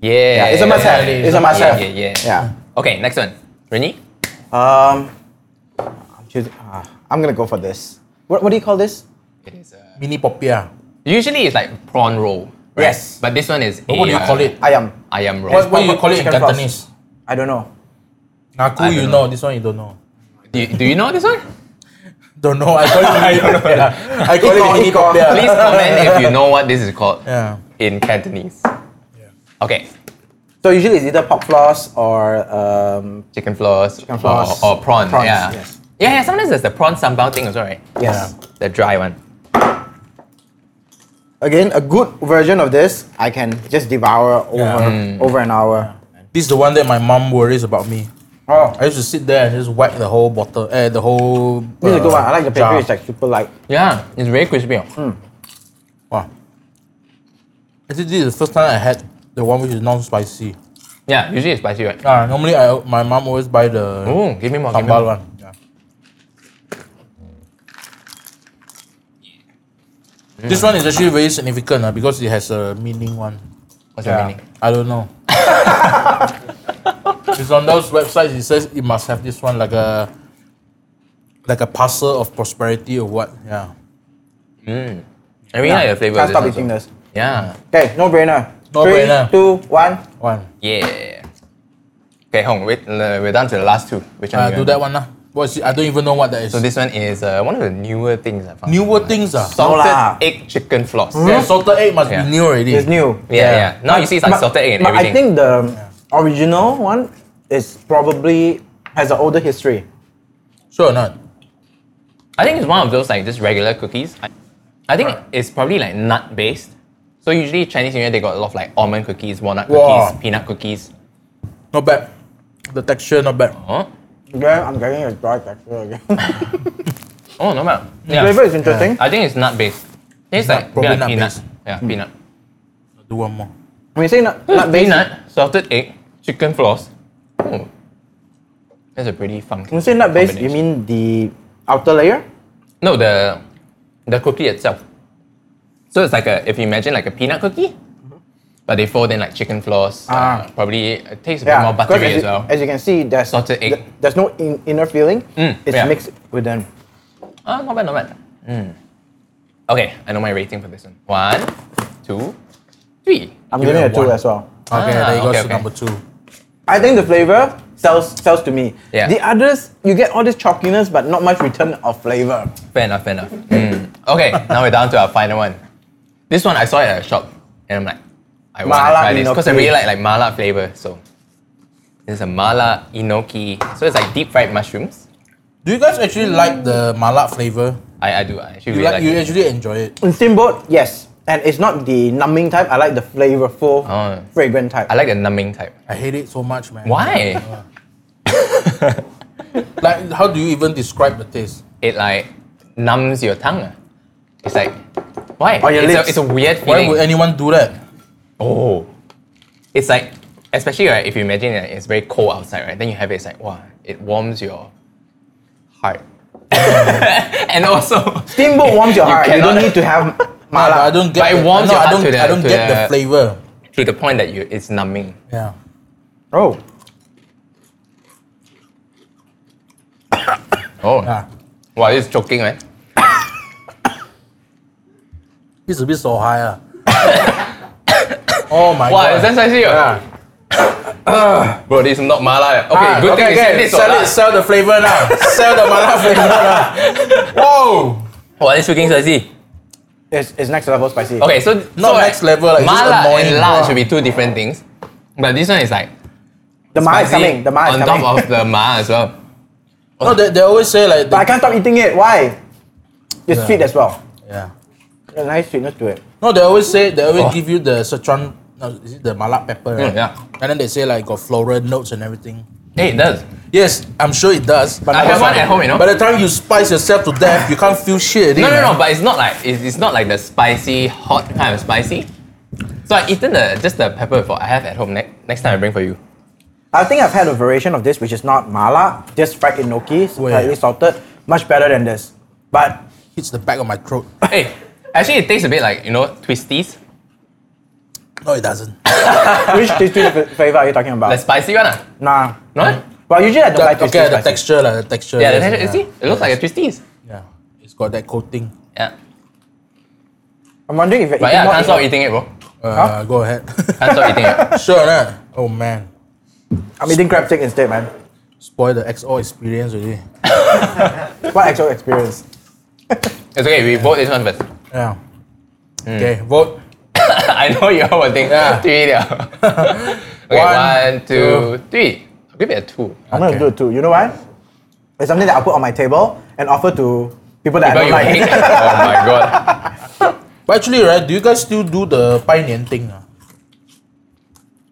Speaker 1: Yeah.
Speaker 3: Yeah, it's a must have. It's a must have.
Speaker 1: Yeah, yeah, yeah.
Speaker 3: Yeah.
Speaker 1: Okay, next one. Renee?
Speaker 2: Hmm.
Speaker 3: Um, I'm choosing. ah, I'm gonna go for this. What, what do you call this?
Speaker 1: It is a...
Speaker 2: Mini popia.
Speaker 1: Usually it's like prawn roll. right?
Speaker 3: Yes.
Speaker 1: But this one is.
Speaker 2: But what do you
Speaker 1: a, uh,
Speaker 2: call it?
Speaker 3: Ayam.
Speaker 1: Ayam roll.
Speaker 2: What, what do you call it in
Speaker 3: Chicken broth.
Speaker 2: Cantonese?
Speaker 3: I don't know.
Speaker 1: I
Speaker 2: Naku,
Speaker 1: don't
Speaker 2: you
Speaker 1: know.
Speaker 2: know. This one you don't know.
Speaker 1: Do, you, do you know this one?
Speaker 2: Don't know. I call it mini popia. I call it
Speaker 3: Ikon,
Speaker 2: mini
Speaker 3: ikon.
Speaker 2: popia.
Speaker 1: Please comment if you know what this is called
Speaker 2: Yeah.
Speaker 1: in Cantonese. Okay.
Speaker 3: So usually it's either pork floss or um,
Speaker 1: Chicken floss. Chicken
Speaker 3: floss.
Speaker 1: Or, or prawn.
Speaker 3: Prawns,
Speaker 1: yeah.
Speaker 3: yes.
Speaker 1: yeah. Yeah, sometimes there's the prawn sambal thing as well, right?
Speaker 3: yes.
Speaker 1: The dry one.
Speaker 3: Again, a good version of this I can just devour over
Speaker 2: Hmm.
Speaker 3: over an hour.
Speaker 2: This is the one that my mom worries about me.
Speaker 3: Oh,
Speaker 2: I used to sit there and just whack the whole bottle, eh, the whole.
Speaker 3: this is a
Speaker 2: uh,
Speaker 3: good one. I like the
Speaker 2: jar.
Speaker 3: pastry. It's like super light.
Speaker 1: Yeah, it's very crispy.
Speaker 2: Wow. Actually, this is the first time I had the one which is non-spicy.
Speaker 1: Yeah, usually it's spicy, right?
Speaker 2: Ah, normally I my mom always buy the
Speaker 1: Oh, give me more. Give me
Speaker 2: sambal
Speaker 1: more.
Speaker 2: one. Yeah. This one is actually very significant ah, because it has a meaning one.
Speaker 1: What's the meaning?
Speaker 2: I don't know. it's on those websites. It says it must have this one like a like a parcel of prosperity or what? Yeah.
Speaker 1: I really like the flavor.
Speaker 3: Can't
Speaker 1: of
Speaker 3: stop
Speaker 1: this
Speaker 3: eating
Speaker 1: also.
Speaker 3: this.
Speaker 1: Yeah.
Speaker 3: Okay, no brainer.
Speaker 2: No
Speaker 3: Three,
Speaker 2: brainer.
Speaker 3: two, one.
Speaker 2: One.
Speaker 1: Yeah. Okay, Hong, wait, uh, we're down to the last two. Which one?
Speaker 2: Uh,
Speaker 1: you
Speaker 2: do
Speaker 1: want?
Speaker 2: that one lah. What is it? I don't even know what that is.
Speaker 1: So this one is uh, one of the newer things I found.
Speaker 2: newer things ah.
Speaker 1: Salted
Speaker 3: No lah. Hmm?
Speaker 1: egg chicken floss. Yeah.
Speaker 2: Yeah, salted egg must
Speaker 1: Yeah.
Speaker 2: be new already.
Speaker 3: It's new.
Speaker 1: yeah, yeah. Now you see it's like
Speaker 3: But-
Speaker 1: salted egg and
Speaker 3: but
Speaker 1: everything.
Speaker 3: I think the original one is probably has an older history.
Speaker 2: Sure or not?
Speaker 1: I think it's one of those like just regular cookies. I, I think it's probably like nut based. So usually Chinese New Year they got a lot of like almond cookies, walnut cookies,
Speaker 2: Wow.
Speaker 1: peanut cookies.
Speaker 2: Not bad. The texture not bad.
Speaker 1: Huh?
Speaker 3: Again, I'm getting a dry texture again.
Speaker 1: Oh no matter.
Speaker 3: Flavor
Speaker 1: Yeah.
Speaker 3: is interesting.
Speaker 1: I think it's nut based. It's
Speaker 2: Nut,
Speaker 1: like
Speaker 2: probably
Speaker 1: yeah,
Speaker 2: nut
Speaker 1: peanut.
Speaker 2: based.
Speaker 1: Yeah, peanut.
Speaker 2: I'll do one more.
Speaker 3: When you say not,
Speaker 1: Not
Speaker 3: not basic,
Speaker 1: peanut, salted egg, chicken floss. Oh. That's a pretty funky.
Speaker 3: when you say not base, you
Speaker 1: combination.
Speaker 3: mean the outer layer?
Speaker 1: No, the the cookie itself. So it's like a if you imagine like a peanut cookie, but they fold in like chicken floss.
Speaker 3: Mm-hmm. Ah.
Speaker 1: Uh, probably it tastes a bit
Speaker 3: Yeah,
Speaker 1: more
Speaker 3: because
Speaker 1: buttery
Speaker 3: as,
Speaker 1: as
Speaker 3: you-
Speaker 1: well.
Speaker 3: as you can see, there's
Speaker 1: Salted egg. Mm,
Speaker 3: th- there's no in, inner filling. it's
Speaker 1: yeah.
Speaker 3: mixed with them.
Speaker 1: Ah, not bad, not bad. Mm. Okay, I know my rating for this one. One, two, three.
Speaker 3: I'm
Speaker 2: Give
Speaker 3: giving
Speaker 2: it
Speaker 3: it a
Speaker 2: a
Speaker 3: two
Speaker 2: one.
Speaker 3: as well.
Speaker 2: Okay,
Speaker 1: Ah,
Speaker 2: there you go.
Speaker 1: okay,
Speaker 2: so
Speaker 1: okay.
Speaker 2: number two.
Speaker 3: I think the flavor sells sells to me.
Speaker 1: Yeah.
Speaker 3: The others, you get all this chalkiness, but not much return of flavor.
Speaker 1: Fair enough, fair enough. Mm. Okay, now we're down to our final one. This one I saw it at a shop and I'm like, I want to
Speaker 3: Mala
Speaker 1: try this because I really
Speaker 3: enoki.
Speaker 1: like like mala flavor. So this is a mala enoki. So it's like deep fried mushrooms.
Speaker 2: Do you guys actually like the malak flavor?
Speaker 1: I, I do. I actually
Speaker 2: You
Speaker 1: really like,
Speaker 2: like, you
Speaker 1: it.
Speaker 2: actually enjoy it.
Speaker 3: In steamboat, yes, and it's not the numbing type. I like the flavorful,
Speaker 1: Oh.
Speaker 3: fragrant type.
Speaker 1: I like the numbing type.
Speaker 2: I hate it so much, man.
Speaker 1: Why?
Speaker 2: Like, how do you even describe the taste?
Speaker 1: It like numbs your tongue. ah. It's like why?
Speaker 3: Or your
Speaker 1: it's,
Speaker 3: lips.
Speaker 1: A, it's a weird
Speaker 2: Oh, Why
Speaker 1: feeling.
Speaker 2: would anyone do that?
Speaker 1: Oh. It's like, especially right, if you imagine that it's very cold outside, right? Then you have it, it's like, wow, it warms your heart. and also,
Speaker 3: steamboat warms your
Speaker 1: You
Speaker 3: heart. You don't
Speaker 1: cannot-
Speaker 3: need to have
Speaker 2: No, but I
Speaker 3: mala.
Speaker 2: don't get.
Speaker 1: But it
Speaker 2: the-
Speaker 1: warms
Speaker 2: no,
Speaker 1: your
Speaker 2: I
Speaker 1: heart
Speaker 2: don't.
Speaker 1: to the-
Speaker 2: I don't
Speaker 1: to
Speaker 2: get the
Speaker 1: the-
Speaker 2: flavor.
Speaker 1: to the point that you, it's numbing.
Speaker 2: Yeah.
Speaker 3: Oh,
Speaker 1: Oh.
Speaker 2: Yeah.
Speaker 1: Wow, it's choking, man.
Speaker 2: This is a bit so high. ah. oh my
Speaker 1: Wow,
Speaker 2: god.
Speaker 1: is that spicy? Bro, this is not mala. Okay,
Speaker 2: Ah,
Speaker 1: good thing
Speaker 2: okay,
Speaker 1: it's
Speaker 2: sell
Speaker 1: not
Speaker 2: it,
Speaker 1: this.
Speaker 2: sell the flavor now. sell the mala flavor now. Whoa!
Speaker 1: Wow, this freaking spicy.
Speaker 3: it's, it's next level spicy.
Speaker 1: Okay, so
Speaker 2: Not
Speaker 1: so,
Speaker 2: next level, like, just
Speaker 1: mala
Speaker 2: annoying.
Speaker 1: and la should be two different things, but this one is like
Speaker 3: the mala is
Speaker 1: spicy
Speaker 3: coming. The mala is
Speaker 1: on
Speaker 3: coming.
Speaker 1: top of the ma as well.
Speaker 2: No, they, they always say like.
Speaker 3: but I
Speaker 2: The,
Speaker 3: can't stop eating it. Why? It's
Speaker 2: Yeah.
Speaker 3: sweet as well.
Speaker 2: yeah.
Speaker 3: A nice sweetness to it.
Speaker 2: No, they always say they always
Speaker 1: Oh. Mm,
Speaker 2: give you the Sichuan. No, is it the malak pepper? Right?
Speaker 1: yeah.
Speaker 2: And then they say like got floral notes and everything.
Speaker 1: Hey, it does.
Speaker 2: Yes, I'm sure it does. But
Speaker 1: I
Speaker 2: by
Speaker 1: have
Speaker 2: the
Speaker 1: one
Speaker 2: time-
Speaker 1: at home, you know.
Speaker 2: By the time you spice yourself to death, you can't feel shit.
Speaker 1: No,
Speaker 2: already,
Speaker 1: no,
Speaker 2: man.
Speaker 1: no. But it's not like it's, it's not like the spicy hot kind of spicy. So I eaten the just the pepper before. I have at home. Ne- next time I bring for you.
Speaker 3: I think I've had a variation of this, which is not mala, just fried enoki,
Speaker 2: Where?
Speaker 3: slightly salted, much better than this. But
Speaker 2: hits the back of my throat.
Speaker 1: hey, actually, it tastes a bit like you know twisties,
Speaker 2: No, it doesn't.
Speaker 3: which tasty f- flavor are you talking about?
Speaker 1: the spicy one. Ah,
Speaker 3: nah.
Speaker 1: no?
Speaker 3: Well, usually I don't like
Speaker 2: That-
Speaker 3: tasty
Speaker 2: okay, the
Speaker 3: spicy.
Speaker 2: texture, like, the texture. uh,
Speaker 1: Yeah, the
Speaker 2: yes,
Speaker 1: texture. See, it looks like a twisties.
Speaker 2: Yeah, it's got that coating.
Speaker 1: Yeah.
Speaker 3: I'm wondering if you're
Speaker 1: But
Speaker 3: eating
Speaker 1: yeah, I
Speaker 3: more
Speaker 1: can't stop
Speaker 3: enoki.
Speaker 1: eating it, bro.
Speaker 2: Uh, Go ahead.
Speaker 1: Can't stop eating it.
Speaker 2: sure, nah. Oh man,
Speaker 3: I'm eating crab stick instead, man.
Speaker 2: spoil the XO experience already.
Speaker 3: What actual experience?
Speaker 1: It's okay. We vote this one first.
Speaker 2: Yeah.
Speaker 1: Hmm.
Speaker 2: Okay, vote.
Speaker 1: I know you all were thinking
Speaker 2: Yeah.
Speaker 1: three. liao. okay,
Speaker 2: One,
Speaker 1: one, two, three. I'll give it a two.
Speaker 3: I'm
Speaker 2: Okay.
Speaker 3: gonna do it too. You know why? It's something that I put on my table and offer to people that
Speaker 1: But you
Speaker 3: I
Speaker 1: hate
Speaker 3: don't
Speaker 1: it.
Speaker 3: like.
Speaker 1: Oh my god.
Speaker 2: But actually, right? Do you guys still do the Pai Nian thing? Ah.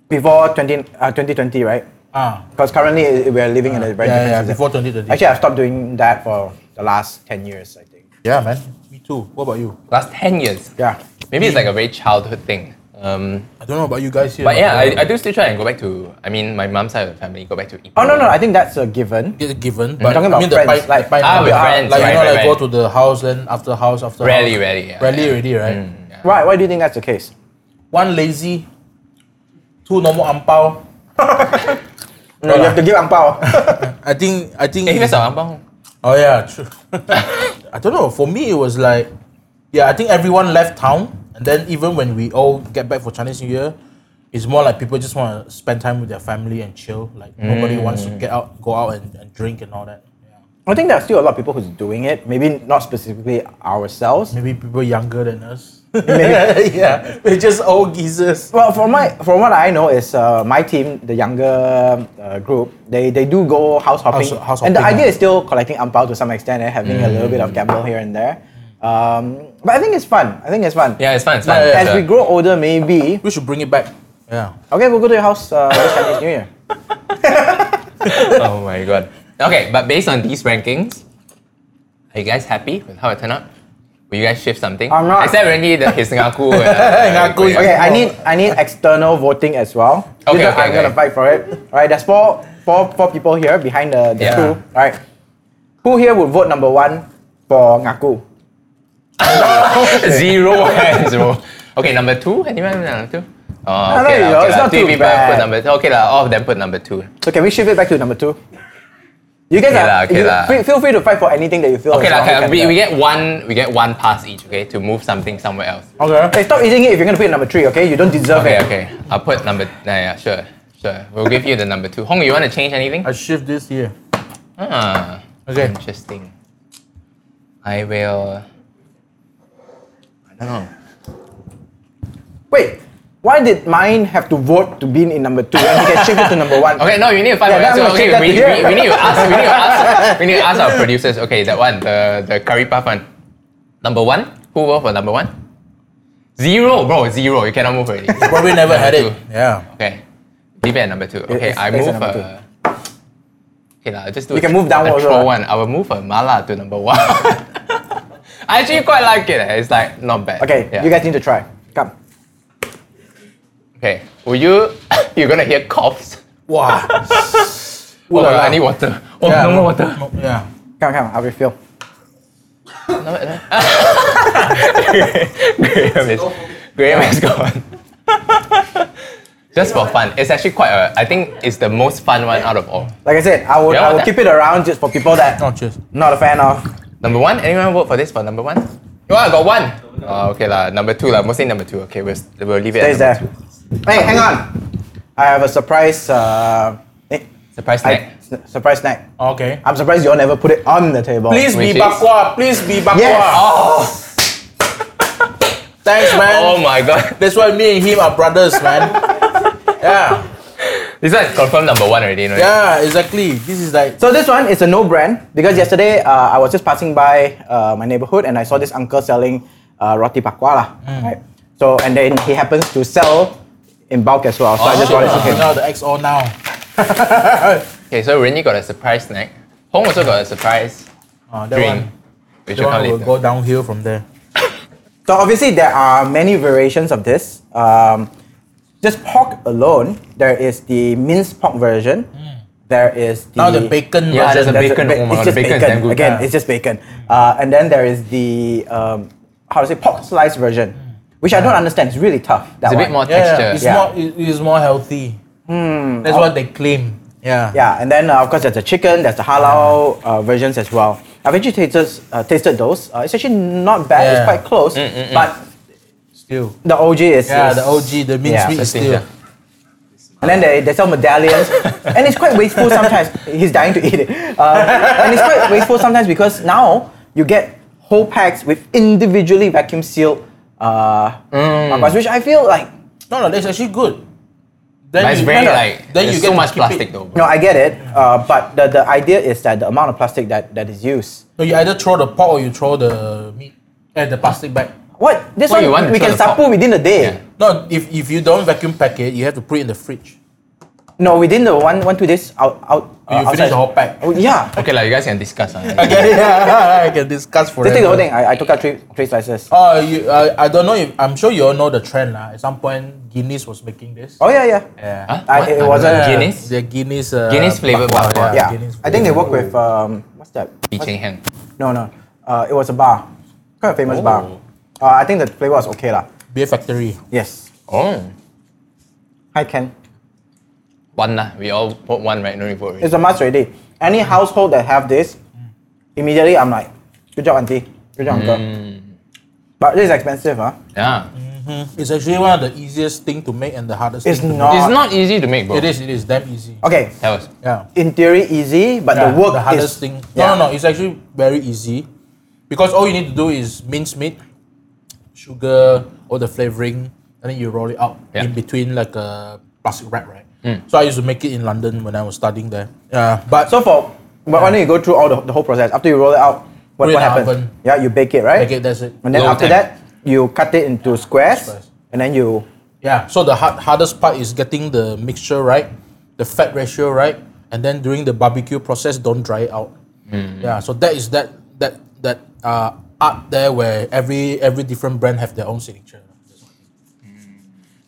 Speaker 3: Before 20, uh, 2020, right?
Speaker 2: ah.
Speaker 3: Because currently i- we're living in a very
Speaker 2: Yeah,
Speaker 3: different
Speaker 2: yeah.
Speaker 3: season.
Speaker 2: Before 2020.
Speaker 3: Actually, I've stopped doing that for the last 10 years, I think.
Speaker 2: yeah, man. Me too. What about you?
Speaker 1: Last ten years.
Speaker 3: Yeah.
Speaker 1: Maybe it's like a very childhood thing. Um,
Speaker 2: I don't know about you guys here.
Speaker 1: But yeah, I, I do still try and go back to. I mean, my mom's side of the family go back to. Ipoh.
Speaker 3: Oh, no, no, I think that's a given.
Speaker 2: Get a given. But
Speaker 3: talking
Speaker 2: I mean,
Speaker 3: about friends,
Speaker 2: the Pai,
Speaker 3: like-
Speaker 2: the Pai
Speaker 1: Ah,
Speaker 2: Nian,
Speaker 1: with
Speaker 2: ah,
Speaker 1: friends,
Speaker 2: Like you
Speaker 1: right,
Speaker 2: know,
Speaker 1: right,
Speaker 2: like
Speaker 1: right.
Speaker 2: go to the house, then after house, after
Speaker 1: Rarely,
Speaker 2: house.
Speaker 1: rarely, yeah,
Speaker 2: rarely,
Speaker 1: yeah.
Speaker 2: already, right?
Speaker 1: Mm.
Speaker 3: Why, why do you think that's the case?
Speaker 2: One lazy, two normal ampao.
Speaker 3: No, you have to give ang pao.
Speaker 2: I think I think.
Speaker 1: Eh, here's our angpao.
Speaker 2: Oh yeah, true. I don't know. For me, it was like, yeah, I think everyone left town, and then even when we all get back for Chinese New Year, it's more like people just want to spend time with their family and chill. Like nobody wants
Speaker 1: Mm.
Speaker 2: to get out, go out and, and drink and all that. Yeah.
Speaker 3: I think there are still a lot of people who's doing it. Maybe not specifically ourselves.
Speaker 2: Maybe people younger than us. yeah, we're just old geezers.
Speaker 3: Well, from my from what I know is uh, my team, the younger uh, group, they they do go house hopping,
Speaker 2: House- house
Speaker 3: and the
Speaker 2: hopping,
Speaker 3: idea is
Speaker 2: yeah. Mm.
Speaker 3: still collecting ampao to some extent and having a little bit of gamble here and there. Um, but I think it's fun. I think it's fun.
Speaker 1: Yeah, it's fine. It's fine.
Speaker 2: Yeah, yeah,
Speaker 3: As we grow older, maybe
Speaker 2: We should bring it back. Yeah.
Speaker 3: okay, we'll go to your house uh, this Chinese New Year.
Speaker 1: oh my god. Okay, but based on these rankings, are you guys happy with how it turned out? Will you guys shift something?
Speaker 3: I'm not.
Speaker 1: Except really the his ngaku. Uh,
Speaker 2: Ngaku is-
Speaker 3: Okay, I need I need external voting as well.
Speaker 1: Okay,
Speaker 3: Later,
Speaker 1: okay,
Speaker 3: I'm gonna
Speaker 1: okay.
Speaker 3: fight for it. All right, there's four four four people here behind the, the
Speaker 1: Yeah.
Speaker 3: two. All right, who here would vote number one for Ngaku?
Speaker 1: Zero hands, bro. Okay, number two. Anyone number two? Oh,
Speaker 3: No,
Speaker 1: okay,
Speaker 3: no,
Speaker 1: lah,
Speaker 3: no,
Speaker 1: okay,
Speaker 3: it's
Speaker 1: lah.
Speaker 3: not
Speaker 1: Three
Speaker 3: too
Speaker 1: people
Speaker 3: bad.
Speaker 1: put number two. Okay, lah. all of them put number two.
Speaker 3: So can we shift it back to number two? You guys
Speaker 1: Okay
Speaker 3: are
Speaker 1: lah, okay
Speaker 3: you-
Speaker 1: lah.
Speaker 3: fe- feel free to fight for anything that you feel.
Speaker 1: Okay,
Speaker 3: is
Speaker 1: lah.
Speaker 3: wrong
Speaker 1: okay,
Speaker 3: with
Speaker 1: we,
Speaker 3: Canada.
Speaker 1: we get one we get one pass each, okay, to move something somewhere else.
Speaker 3: Hey, stop eating it if you're gonna put it number three. Okay, you don't deserve
Speaker 1: Okay,
Speaker 3: it.
Speaker 1: okay. I'll put number yeah, yeah, sure. Sure. We'll give you the number two. Hong, you wanna change anything?
Speaker 2: I shift this here.
Speaker 1: Ah,
Speaker 2: Okay.
Speaker 1: Interesting. I will. I don't know.
Speaker 3: Wait, why did mine have to vote to be in number two and he can shift it to number one?
Speaker 1: Okay, no, you need to find out.
Speaker 3: Yeah, that
Speaker 1: So,
Speaker 3: must
Speaker 1: okay,
Speaker 3: take that
Speaker 1: we,
Speaker 3: to here.
Speaker 1: we, we need to ask. We need to ask. we need to ask our producers. Okay, that one, the the curry puff one. Number one, who vote for number one? Zero, bro, zero. You cannot move already.
Speaker 2: Probably never had it.
Speaker 1: Two.
Speaker 2: Yeah.
Speaker 1: Okay, leave it at number two. Okay,
Speaker 3: it's-
Speaker 1: I
Speaker 3: it's
Speaker 1: move.
Speaker 3: at number
Speaker 1: Uh, okay, lah. I'll just do.
Speaker 3: You
Speaker 1: a-
Speaker 3: can move
Speaker 1: a
Speaker 3: downward also,
Speaker 1: troll
Speaker 3: right?
Speaker 1: one. I will move a mala to number one. I actually quite like it. eh. It's like not bad.
Speaker 3: Okay,
Speaker 1: Yeah.
Speaker 3: you guys need to try. Come.
Speaker 1: Okay, will you? You're gonna hear coughs.
Speaker 2: Wow.
Speaker 1: Oh,
Speaker 2: la
Speaker 1: I
Speaker 2: la.
Speaker 1: need water. Oh, no more water.
Speaker 2: No, yeah.
Speaker 3: Come, come, I'll refill.
Speaker 1: No, no. Graham is, Graham is gone. Just for fun. It's actually quite a, I think it's the most fun one out of all.
Speaker 3: Like I said, I will,
Speaker 1: Yeah,
Speaker 3: I will
Speaker 1: that-
Speaker 3: keep it around just for people that
Speaker 2: Oh, cheers.
Speaker 3: not a fan of.
Speaker 1: Number one, anyone vote for this for number one? Oh, I got one. Oh, okay lah. Number two lah. Mostly number two. Okay, we'll, we'll leave it
Speaker 3: Stays
Speaker 1: at
Speaker 3: there.
Speaker 1: number two.
Speaker 3: Hey, hang on. I have a surprise. Uh, eh,
Speaker 1: Surprise
Speaker 3: I,
Speaker 1: snack.
Speaker 3: s- surprise snack.
Speaker 2: Okay.
Speaker 3: I'm surprised you all never put it on the table.
Speaker 2: Please be
Speaker 1: Which is-
Speaker 2: bakwa. Please be bakwa. Ah.
Speaker 3: Yes.
Speaker 1: Oh,
Speaker 2: Thanks, man.
Speaker 1: oh my god.
Speaker 2: That's why me and him are brothers, man. yeah.
Speaker 1: This one is confirmed number one already, you know?
Speaker 2: Yeah, exactly. This is like
Speaker 3: So this one is a no brand because yesterday uh, I was just passing by uh, my neighborhood and I saw this uncle selling uh, roti pakwa lah,
Speaker 1: Mm.
Speaker 3: right? So and then he happens to sell in bulk as well. So I just
Speaker 1: Oh.
Speaker 3: bought it to
Speaker 2: you
Speaker 3: him.
Speaker 2: know, the XO now.
Speaker 1: Okay, so Rennie got a surprise snack. Hong also got a surprise
Speaker 2: Uh, that
Speaker 1: drink.
Speaker 2: one,
Speaker 1: Which
Speaker 2: that
Speaker 1: will come
Speaker 2: one will
Speaker 1: later.
Speaker 2: go downhill from there.
Speaker 3: So obviously there are many variations of this. Um, just pork alone, there is the minced pork version. There is the
Speaker 2: Now the bacon
Speaker 1: Yeah, there's a
Speaker 2: version.
Speaker 1: Mm.
Speaker 3: there's
Speaker 1: bacon.
Speaker 3: ba-
Speaker 1: Oh my god,
Speaker 3: it's
Speaker 1: the
Speaker 3: just
Speaker 1: bacon
Speaker 3: bacon.
Speaker 1: is damn good.
Speaker 3: Again,
Speaker 2: Yeah.
Speaker 3: it's just bacon. Uh, and then there is the um, how to say pork slice version, which I don't understand. It's really tough.
Speaker 1: Mm.
Speaker 3: That
Speaker 1: It's a bit
Speaker 3: one.
Speaker 1: more
Speaker 2: yeah,
Speaker 1: texture. Hmm.
Speaker 2: It's
Speaker 3: Yeah.
Speaker 2: more it is more healthy. That's what they claim. Yeah.
Speaker 3: Yeah, and then uh, of course there's the chicken, there's the halal uh, versions as well. I've actually tasted, uh, tasted those. Uh, it's actually not bad. It's
Speaker 2: Yeah.
Speaker 3: quite close,
Speaker 1: Mm,
Speaker 3: but
Speaker 2: Still.
Speaker 3: the OG is
Speaker 2: Yeah,
Speaker 3: is-
Speaker 2: the OG, the minced
Speaker 3: yeah.
Speaker 2: meat
Speaker 1: I
Speaker 2: is
Speaker 1: think,
Speaker 2: still.
Speaker 1: yeah.
Speaker 3: And then they, they sell medallions, and it's quite wasteful sometimes. He's dying to eat it, um, and it's quite wasteful sometimes because now you get whole packs with individually vacuum sealed uh,
Speaker 1: Mm.
Speaker 3: papas, which I feel like
Speaker 2: No, no, that's actually good. Then
Speaker 1: But it's very
Speaker 2: no, no,
Speaker 1: like,
Speaker 2: then
Speaker 1: there's
Speaker 2: you get
Speaker 1: so
Speaker 2: to
Speaker 1: much
Speaker 2: keep
Speaker 1: plastic
Speaker 2: it.
Speaker 1: though.
Speaker 3: no, I get it, uh, but the, the idea is that the amount of plastic that, that is used.
Speaker 2: No, you either throw the pot or you throw the meat at the plastic bag.
Speaker 3: What this
Speaker 1: Why you want
Speaker 3: one
Speaker 1: to
Speaker 3: we
Speaker 1: throw
Speaker 3: can
Speaker 1: the
Speaker 3: sapu
Speaker 1: pork?
Speaker 3: within a day.
Speaker 1: Yeah.
Speaker 2: No, if, if you don't vacuum pack it, you have to put it in the fridge.
Speaker 3: No, within the one one two days out out.
Speaker 2: You finish the whole pack.
Speaker 3: Oh, yeah.
Speaker 1: Okay, lah. you guys can discuss. ah.
Speaker 2: Okay, yeah, I can discuss for
Speaker 3: Just take the whole thing. I, I took out three three slices.
Speaker 2: Oh, you, I, I don't know if I'm sure you all know the trend lah. At some point, Guinness was making this.
Speaker 3: Oh yeah, yeah.
Speaker 2: Yeah.
Speaker 1: Huh? What?
Speaker 3: I- it
Speaker 1: I don't
Speaker 3: wasn't-
Speaker 1: know.
Speaker 3: Yeah.
Speaker 1: Guinness.
Speaker 2: The Guinness. Uh,
Speaker 1: Guinness flavoured
Speaker 2: bakwa,
Speaker 1: bakwa.
Speaker 3: Yeah.
Speaker 2: Guinness
Speaker 3: I think they
Speaker 2: flavoured
Speaker 3: work with um what's that?
Speaker 1: Yi Cheng Hen.
Speaker 3: No, no. Uh, it was a bar, quite a famous bar.
Speaker 2: Oh.
Speaker 3: Uh, I think the flavor was okay lah.
Speaker 2: Beer Factory.
Speaker 3: Yes.
Speaker 1: Oh,
Speaker 3: Hi Ken.
Speaker 1: one lah. We all vote one, right? No need vote. already.
Speaker 3: It's a must already. Any
Speaker 2: Mm.
Speaker 3: household that have this, immediately I'm like, good job auntie, good job uncle.
Speaker 2: Mm.
Speaker 3: But this is expensive, huh?
Speaker 1: Yeah.
Speaker 2: It's actually one of the easiest thing to make and the hardest.
Speaker 3: It's
Speaker 2: thing to
Speaker 3: not.
Speaker 1: It's not easy to make, bro.
Speaker 2: Make. Uh, It is. It is damn easy.
Speaker 3: Okay.
Speaker 1: That was.
Speaker 2: Yeah.
Speaker 3: In theory, easy, but
Speaker 2: Yeah,
Speaker 3: the work
Speaker 2: the
Speaker 3: is
Speaker 2: hardest thing.
Speaker 3: Yeah.
Speaker 2: No, no, no. It's actually very easy, because all you need to do is mince meat, sugar, all the flavoring, and then you roll it out
Speaker 1: Yeah.
Speaker 2: in between like a plastic wrap, right? So I used to make it in London when I was studying there. Yeah, but
Speaker 3: So for but why don't you go through all the, the whole process after you roll it out? What, what
Speaker 2: Put it in the
Speaker 3: happens?
Speaker 2: oven.
Speaker 3: Yeah, you bake it, right?
Speaker 2: like it, that's it.
Speaker 3: And then
Speaker 1: Long
Speaker 3: after
Speaker 1: time.
Speaker 3: that, you cut it into squares,
Speaker 2: Squares.
Speaker 3: and then you
Speaker 2: Yeah. So the hard, hardest part is getting the mixture right, the fat ratio right, and then during the barbecue process, don't dry it out. Yeah. So that is that that that uh, art there where every every different brand have their own signature.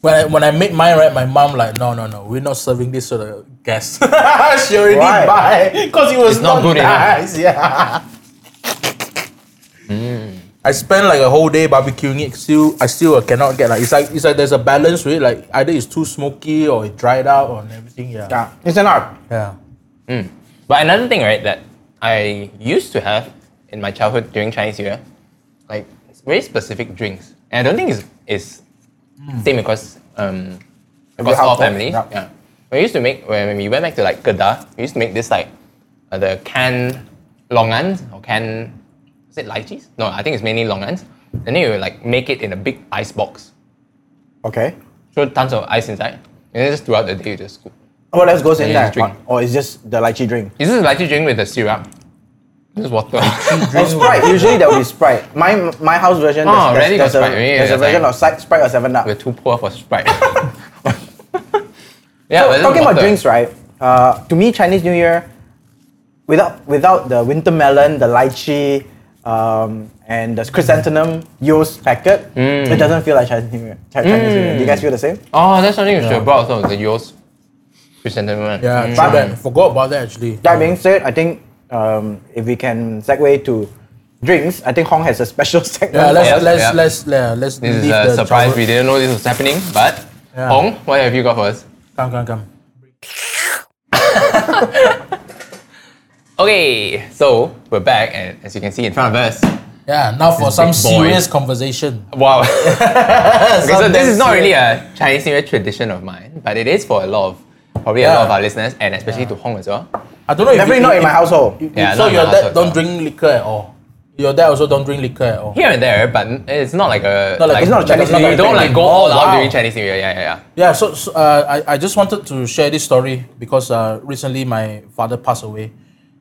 Speaker 2: When I, when I made mine right, my mom like no no no, we're not serving this to the guests. she already
Speaker 3: Why?
Speaker 2: buy because it was
Speaker 1: It's not good enough.
Speaker 2: nice. Yeah. I spent like a whole day barbecuing it. Still, I still cannot get like it's like it's like there's a balance with it. Like either it's too smoky or it dried out or everything. Yeah.
Speaker 3: Yeah, it's an art.
Speaker 2: Yeah.
Speaker 1: But another thing, right, that I used to have in my childhood during Chinese New Year, like very specific drinks. And I don't think it's, it's same across um across all
Speaker 3: Mm. household,
Speaker 1: families.
Speaker 3: yeah.
Speaker 1: Yeah. We used to make when when we went back to like Kedah, we used to make this like uh, the canned longans or canned is it lychees? No, I think it's mainly longans. And then you like make it in a big ice box.
Speaker 3: Okay.
Speaker 1: Throw tons of ice inside. And then just throughout the day you just scoop.
Speaker 3: What else goes in
Speaker 1: Yeah,
Speaker 3: there?
Speaker 1: it's drink.
Speaker 3: Or it's just the lychee drink.
Speaker 1: Is this a lychee drink with the syrup? Just water.
Speaker 3: Or Sprite. Usually there will be Sprite. My my house version.
Speaker 1: Oh,
Speaker 3: there's,
Speaker 1: really
Speaker 3: there's,
Speaker 1: got Sprite.
Speaker 3: there's a,
Speaker 1: Really,
Speaker 3: there's a
Speaker 1: that's
Speaker 3: version
Speaker 1: like-
Speaker 3: of Si- Sprite or Seven Up.
Speaker 1: We're too poor for Sprite. yeah, but
Speaker 3: So,
Speaker 1: it's
Speaker 3: talking about
Speaker 1: water.
Speaker 3: drinks, right? Uh, to me, Chinese New Year, without without the winter melon, the lychee, um, and the chrysanthemum Yost packet,
Speaker 2: Mm.
Speaker 3: it doesn't feel like Chinese New Year. Chi- Chinese New Year. Do you guys feel the same?
Speaker 1: Oh, that's something you should have brought also, the Yost chrysanthemum. Mm.
Speaker 2: Yeah. True that. Forgot about that actually.
Speaker 3: That being said, I think um, if we can segue to drinks, I think Hong has a special segment.
Speaker 2: Yeah. Let's
Speaker 1: Yeah,
Speaker 2: let's
Speaker 1: yeah.
Speaker 2: let's yeah, let's
Speaker 1: This is
Speaker 2: leave
Speaker 1: a
Speaker 2: the
Speaker 1: surprise.
Speaker 2: childhood-
Speaker 1: We didn't know this was happening, but
Speaker 2: Yeah.
Speaker 1: Hong, what have you got for us?
Speaker 2: Come come come.
Speaker 1: Okay, so we're back, and as you can see in front of us,
Speaker 2: Yeah. Now
Speaker 1: This
Speaker 2: for some
Speaker 1: big boy.
Speaker 2: serious conversation.
Speaker 1: wow. okay, so
Speaker 2: Something
Speaker 1: this is not really a
Speaker 2: serious.
Speaker 1: Chinese New Year tradition of mine, but it is for a lot of probably a lot of
Speaker 2: Yeah.
Speaker 1: our listeners, and especially to Hong as well.
Speaker 2: I don't know. if
Speaker 3: Definitely
Speaker 2: you-
Speaker 3: not in
Speaker 2: if-
Speaker 3: my household.
Speaker 1: Yeah, not in
Speaker 2: so
Speaker 1: my
Speaker 2: your
Speaker 1: house
Speaker 2: dad
Speaker 1: as
Speaker 2: don't
Speaker 1: well.
Speaker 2: drink liquor at all. Your dad also don't drink liquor at all.
Speaker 1: Here and there, but it's not like a.
Speaker 2: Not like-
Speaker 1: like,
Speaker 3: it's not a Chinese
Speaker 1: you
Speaker 3: New Year
Speaker 1: don't
Speaker 3: thing.
Speaker 1: like go all
Speaker 2: Oh,
Speaker 1: out
Speaker 2: wow.
Speaker 1: during Chinese New Year. Yeah, yeah, yeah.
Speaker 2: Yeah, so, so uh, I, I just wanted to share this story because uh, recently my father passed away,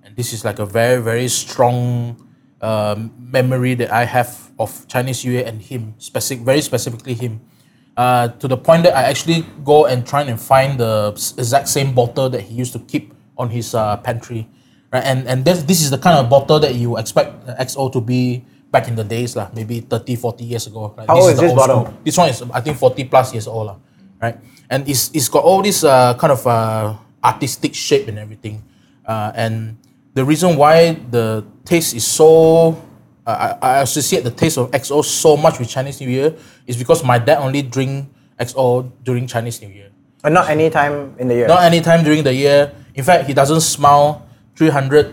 Speaker 2: and this is like a very very strong um, memory that I have of Chinese New Year and him specific very specifically him, uh, to the point that I actually go and try and find the s- exact same bottle that he used to keep on his uh, pantry, right? And and this this is the kind of bottle that you expect uh, XO to be back in the days lah, maybe 30, 40 years ago. Right?
Speaker 3: How old is
Speaker 2: the
Speaker 3: this
Speaker 2: old
Speaker 3: bottle?
Speaker 2: school. This one is I think 40 plus years old, lah, right? And it's it's got all this uh, kind of uh, artistic shape and everything. Uh, and the reason why the taste is so uh, I, I I associate the taste of XO so much with Chinese New Year is because my dad only drink XO during Chinese New Year.
Speaker 3: And not any time in the year.
Speaker 2: Not any time during the year. In fact, he doesn't smile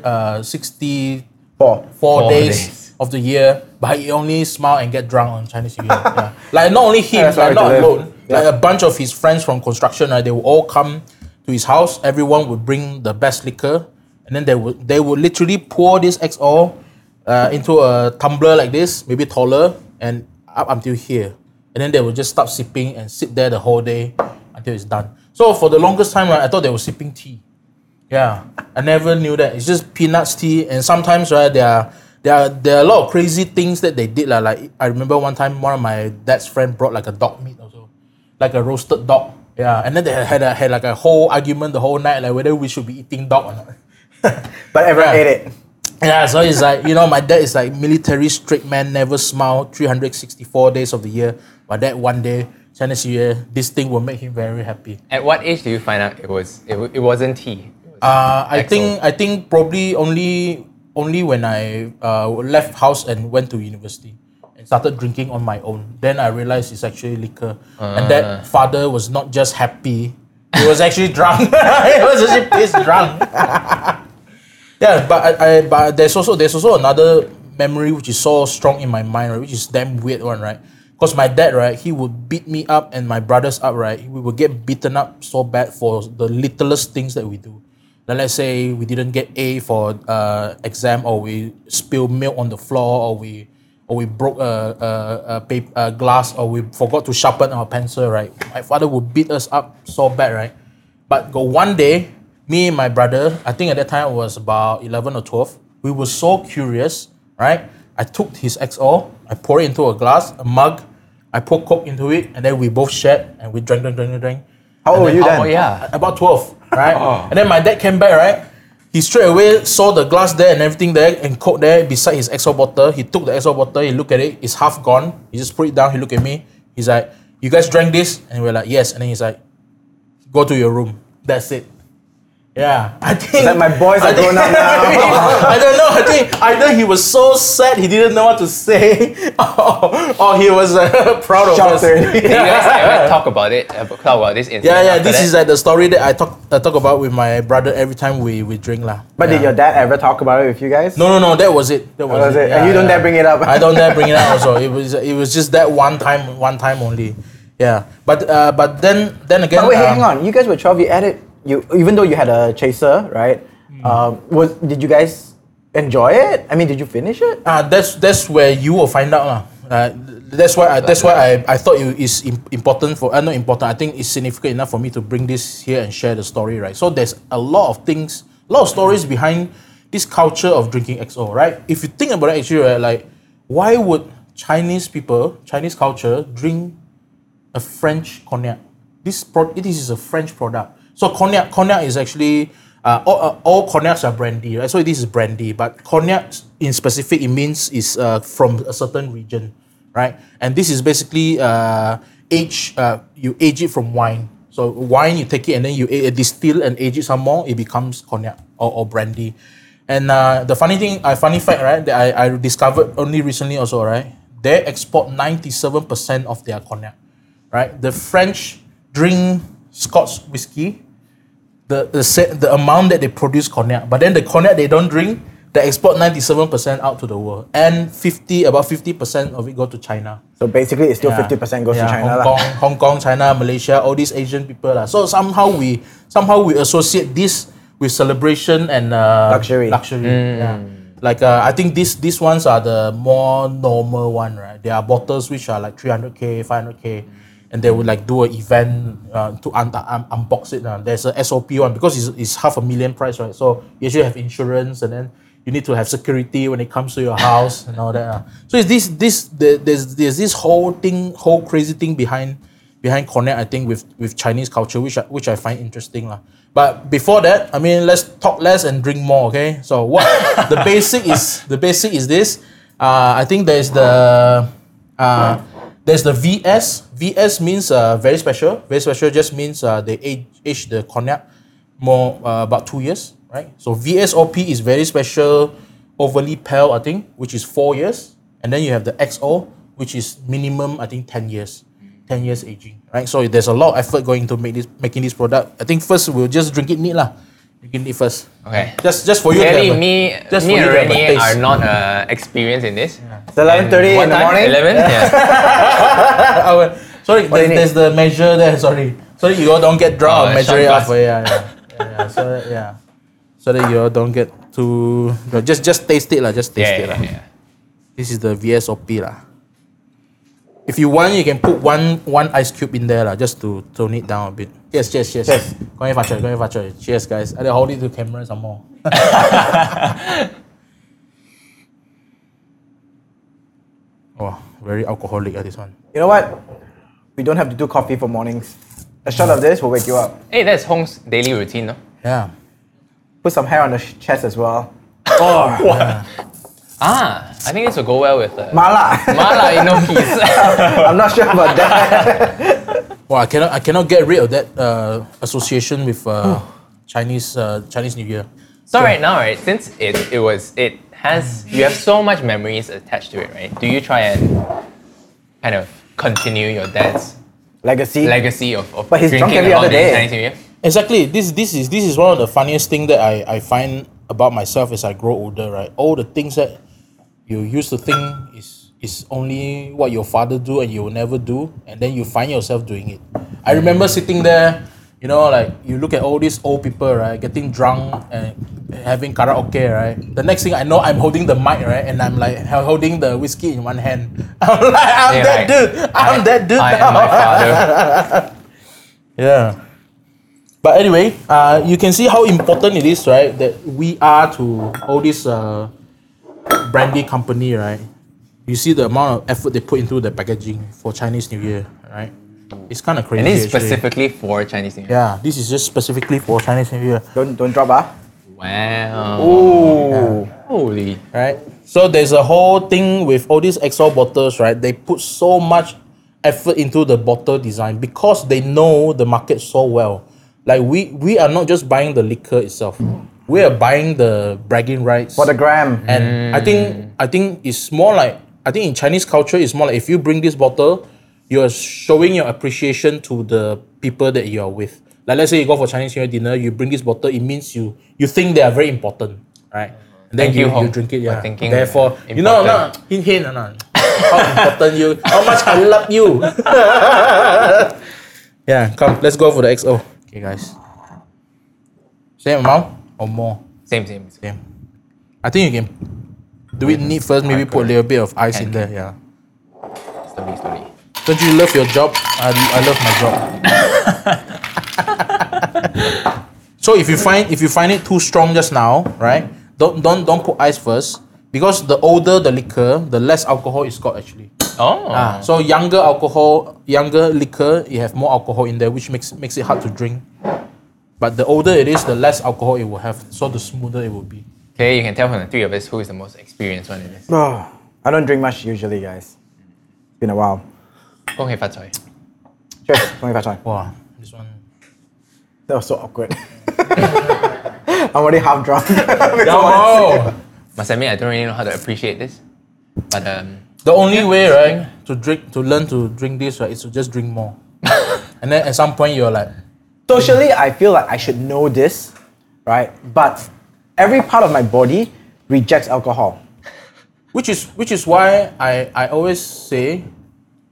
Speaker 2: uh, 360
Speaker 3: Four.
Speaker 2: four
Speaker 1: Four
Speaker 2: days,
Speaker 1: days.
Speaker 2: of the year, but he only smile and get drunk on Chinese New Year. Yeah. Like not only him,
Speaker 3: That's how
Speaker 2: like
Speaker 3: it
Speaker 2: not
Speaker 3: is.
Speaker 2: alone.
Speaker 3: Yeah.
Speaker 2: Like a bunch of his friends from construction, right? They would all come to his house. Everyone would bring the best liquor, and then they would they would literally pour this XO uh, into a tumbler like this, maybe taller, and up until here, and then they would just stop sipping and sit there the whole day until it's done. So for the longest time, right, I thought they were sipping tea. Yeah, I never knew that. It's just peanuts tea, and sometimes right there are there are, there are a lot of crazy things that they did lah. Like I remember one time, one of my dad's friend brought like a dog meat also, like a roasted dog. Yeah, and then they had a, had like a whole argument the whole night, like whether we should be eating dog or not.
Speaker 3: But everyone
Speaker 2: Yeah.
Speaker 3: ate it.
Speaker 2: Yeah, so it's like, you know, my dad is like military straight man, never smile, 364 days of the year. But that one day, Chinese New Year, this thing will make him very happy.
Speaker 1: At what age do you find out it was it, wa- it wasn't tea?
Speaker 2: Uh, I
Speaker 1: Excellent.
Speaker 2: think I think probably only only when I uh, left house and went to university and started drinking on my own. Then I realized it's actually liquor, and that father was not just happy; he was actually drunk. he was actually pissed drunk. yeah, but I, I but there's also there's also another memory which is so strong in my mind, right, which is damn weird one, right? Because my dad, right, he would beat me up and my brothers up, right? We would get beaten up so bad for the littlest things that we do. Like let's say we didn't get A for uh, exam, or we spill milk on the floor, or we or we broke a, a, a, paper, a glass, or we forgot to sharpen our pencil, right? My father would beat us up so bad, right? But go one day, me and my brother, I think at that time I was about 11 or 12, we were so curious, right? I took his XO, I poured it into a glass, a mug, I poured Coke into it, and then we both shared and we drank, drank, drank, drank, drank.
Speaker 3: How
Speaker 2: And
Speaker 3: old were
Speaker 2: then-
Speaker 3: you
Speaker 1: Oh
Speaker 3: then?
Speaker 1: yeah.
Speaker 2: About 12, right?
Speaker 1: Oh.
Speaker 2: And then my dad came back, right? He straight away saw the glass there and everything there and Coke there beside his XO bottle. He took the XO bottle, he looked at it, it's half gone. He just put it down, he looked at me. He's like, You guys drank this? And we're like, Yes. And then he's like, go to your room. That's it. Yeah, I think
Speaker 3: Like my boys
Speaker 2: I
Speaker 3: are
Speaker 2: think-
Speaker 3: grown up now.
Speaker 2: I don't know. I think either he was so sad he didn't know what to say, or, or he was uh, proud of us.
Speaker 3: Shouted.
Speaker 1: Did you guys ever talk about it? Uh, talk about this incident?
Speaker 2: Yeah, yeah.
Speaker 1: after
Speaker 2: This
Speaker 1: that?
Speaker 2: is like the story that I talk I talk about with my brother every time we we drink lah.
Speaker 3: But did
Speaker 2: Yeah.
Speaker 3: your dad ever talk about it with you guys?
Speaker 2: No, no, no. That was it. That was,
Speaker 3: That was it. And you don't dare bring it up.
Speaker 2: I don't dare bring it up. Also, it was it was just that one time, one time only. Yeah, but uh, but then then again.
Speaker 3: But wait,
Speaker 2: um,
Speaker 3: hang on. You guys were 12. You added you even though you had a chaser, right?
Speaker 2: Hmm.
Speaker 3: Um, was did you guys enjoy it? I mean, did you finish it?
Speaker 2: Ah, that's that's where you will find out lah. Uh, that's why I, that's why I, I thought it is im- important for uh, not important. I think it's significant enough for me to bring this here and share the story, right? So there's a lot of things, a lot of stories behind this culture of drinking XO, right? If you think about it, actually, right, like why would Chinese people, Chinese culture, drink a French cognac. This pro- this is a French product. So cognac cognac is actually uh, all, uh, all cognacs are brandy, right? So this is brandy, but cognac in specific it means is uh, from a certain region, right? And this is basically uh, age uh, you age it from wine. So wine you take it and then you a- distill and age it some more, it becomes cognac or, or brandy. And uh, the funny thing, uh, funny fact, right, that I, I discovered only recently also, right? They export 97% of their cognac right? The French drink Scotch whiskey, the the, se- the amount that they produce cognac, but then the cognac they don't drink, they export ninety seven percent out to the world, and fifty about fifty percent of it go to China.
Speaker 3: So basically, it's still
Speaker 2: Yeah.
Speaker 3: fifty percent goes
Speaker 2: Yeah,
Speaker 3: to China.
Speaker 2: Hong
Speaker 3: lah.
Speaker 2: Kong, Hong Kong, China, Malaysia, all these Asian people lah. So somehow we somehow we associate this with celebration and uh,
Speaker 3: Luxury.
Speaker 2: Luxury. Yeah. Like uh, I think these these ones are the more normal one, right? There are bottles which are like 300k, 500k, and they would like do an event uh, to un- un- unbox it. Uh. There's a SOP one because it's, it's half a million price, right? So you should have insurance, and then you need to have security when it comes to your house and all that. uh. So it's this this the, there's there's this whole thing, whole crazy thing behind behind connect. I think with with Chinese culture, which I, which I find interesting lah. But before that, I mean, let's talk less and drink more. Okay, so what the basic is the basic is this. Uh, I think there's the uh, there's the VS. VS means uh, very special. Very special just means uh, they age, age the cognac more uh, about two years, right? So VSOP is very special, overly pale, I think, which is four years, and then you have the XO, which is minimum, I think, ten years, ten years aging, right? So there's a lot of effort going to make this making this product. I think first we'll just drink it neat lah, drink it neat first.
Speaker 1: Okay.
Speaker 2: Just just for you. to
Speaker 1: Clearly,
Speaker 2: have a-
Speaker 1: me,
Speaker 2: just
Speaker 1: me and
Speaker 2: for you to have a
Speaker 1: Rennie
Speaker 2: taste.
Speaker 1: are not uh, experienced in this.
Speaker 3: It's eleven thirty in
Speaker 1: What
Speaker 3: the
Speaker 1: time?
Speaker 3: morning.
Speaker 1: 11? Yeah.
Speaker 2: Our- sorry,
Speaker 3: do you
Speaker 2: there's,
Speaker 3: need?
Speaker 2: there's the measure there. Sorry, so that you all don't get
Speaker 1: Oh,
Speaker 2: drunk.
Speaker 1: a
Speaker 2: measure it
Speaker 1: shot
Speaker 2: up.
Speaker 1: glass.
Speaker 2: Yeah, yeah, yeah, yeah. So that, yeah, so that you all don't get too. no, just just taste it lah. Just taste
Speaker 1: yeah,
Speaker 2: it lah.
Speaker 1: yeah, yeah.
Speaker 2: This is the VSOP lah. If you want, you can put one one ice cube in there lah, just to tone it down a bit. Yes, yes, yes. yes. Go ahead, Fachar. Go ahead, Fachar. Cheers, guys. And then hold it to camera some more. oh, very alcoholic ah, this one.
Speaker 3: You know what? We don't have to do coffee for mornings. A shot of this will wake you up.
Speaker 1: Hey, that's Hong's daily routine, no?
Speaker 2: Yeah.
Speaker 3: Put some hair on the sh- chest as well.
Speaker 1: Ah, I think this will go well with uh,
Speaker 3: Mala.
Speaker 1: Mala Inokis.
Speaker 3: I'm not sure about that.
Speaker 2: Well, I cannot I cannot get rid of that uh, association with uh, Chinese uh, Chinese New Year.
Speaker 1: so right now, right, since it it was it has you have so much memories attached to it, right? Do you try and kind of continue your dad's
Speaker 3: Legacy.
Speaker 1: legacy of, of
Speaker 3: But he's drunk
Speaker 1: drinking
Speaker 3: every
Speaker 1: along
Speaker 3: other
Speaker 1: during
Speaker 3: day.
Speaker 1: Chinese New Year?
Speaker 2: Exactly. This this is this is one of the funniest thing that I, I find about myself as I grow older, right? All the things that you used to think is is only what your father do and you will never do, and then you find yourself doing it. I remember sitting there, you know, like you look at all these old people, right, getting drunk and having karaoke, right? The next thing I know, I'm holding the mic, right, and I'm like h- holding the whiskey in one hand. I'm like, I'm
Speaker 1: Yeah,
Speaker 2: that
Speaker 1: like,
Speaker 2: dude. I'm
Speaker 1: I-
Speaker 2: that dude
Speaker 1: I
Speaker 2: now.
Speaker 1: am my father.
Speaker 2: Yeah. But anyway, uh, you can see how important it is, right? That we are to all this uh, brandy company, right? You see the amount of effort they put into the packaging for Chinese New Year, right? It's kind of crazy.
Speaker 1: And this is
Speaker 2: actually.
Speaker 1: specifically for Chinese New Year.
Speaker 2: Yeah, this is just specifically for Chinese New Year.
Speaker 3: Don't don't drop, ah.
Speaker 1: Wow.
Speaker 3: Ooh.
Speaker 1: Holy.
Speaker 2: right? So there's a whole thing with all these XO bottles, right? They put so much effort into the bottle design because they know the market so well. Like we we are not just buying the liquor itself. We are buying the bragging rights.
Speaker 3: For the gram.
Speaker 2: And I
Speaker 1: Mm.
Speaker 2: think I think it's more like I think in Chinese culture it's more like if you bring this bottle, you're showing your appreciation to the people that you are with. Like let's say you go for Chinese New Year dinner, you bring this bottle, it means you you think they are very important, right? And then
Speaker 1: Thank you,
Speaker 2: you,
Speaker 1: Hong,
Speaker 2: you drink it,
Speaker 1: for
Speaker 2: yeah.
Speaker 1: thinking
Speaker 2: Therefore, you know, no,
Speaker 1: important.
Speaker 2: hint hint, no, no. how important you, how much I love you. yeah, come, let's go for the XO. Okay, guys. Same amount or more?
Speaker 1: Same, same. same.
Speaker 2: Damn. I think you can do it neat first, maybe put a little bit of ice in there. Yeah.
Speaker 1: Slowly, slowly.
Speaker 2: Don't you love your job? I, I love my job. so if you find if you find it too strong just now, right? Don't don't don't put ice first. Because the older the liquor, the less alcohol it's got actually.
Speaker 1: Oh.
Speaker 2: Ah, so younger alcohol, younger liquor, you have more alcohol in there, which makes makes it hard to drink. But the older it is, the less alcohol it will have. So the smoother it will be.
Speaker 1: Okay, you can tell from the three of us who is the most experienced one in this.
Speaker 3: Oh, I don't drink much usually, guys. It's been a while.
Speaker 1: Go ahead, Fat Choi.
Speaker 3: Cheers. 25
Speaker 2: Wow, this one.
Speaker 3: That was so awkward. I'm already half drunk.
Speaker 2: Oh,
Speaker 1: Must admit, I don't really know how to appreciate this. But um,
Speaker 2: the only way, right, to drink, to learn to drink this, right, is to just drink more. and then at some point, you're like,
Speaker 3: Socially, I feel like I should know this, right? But every part of my body rejects alcohol.
Speaker 2: which is which is why I I always say,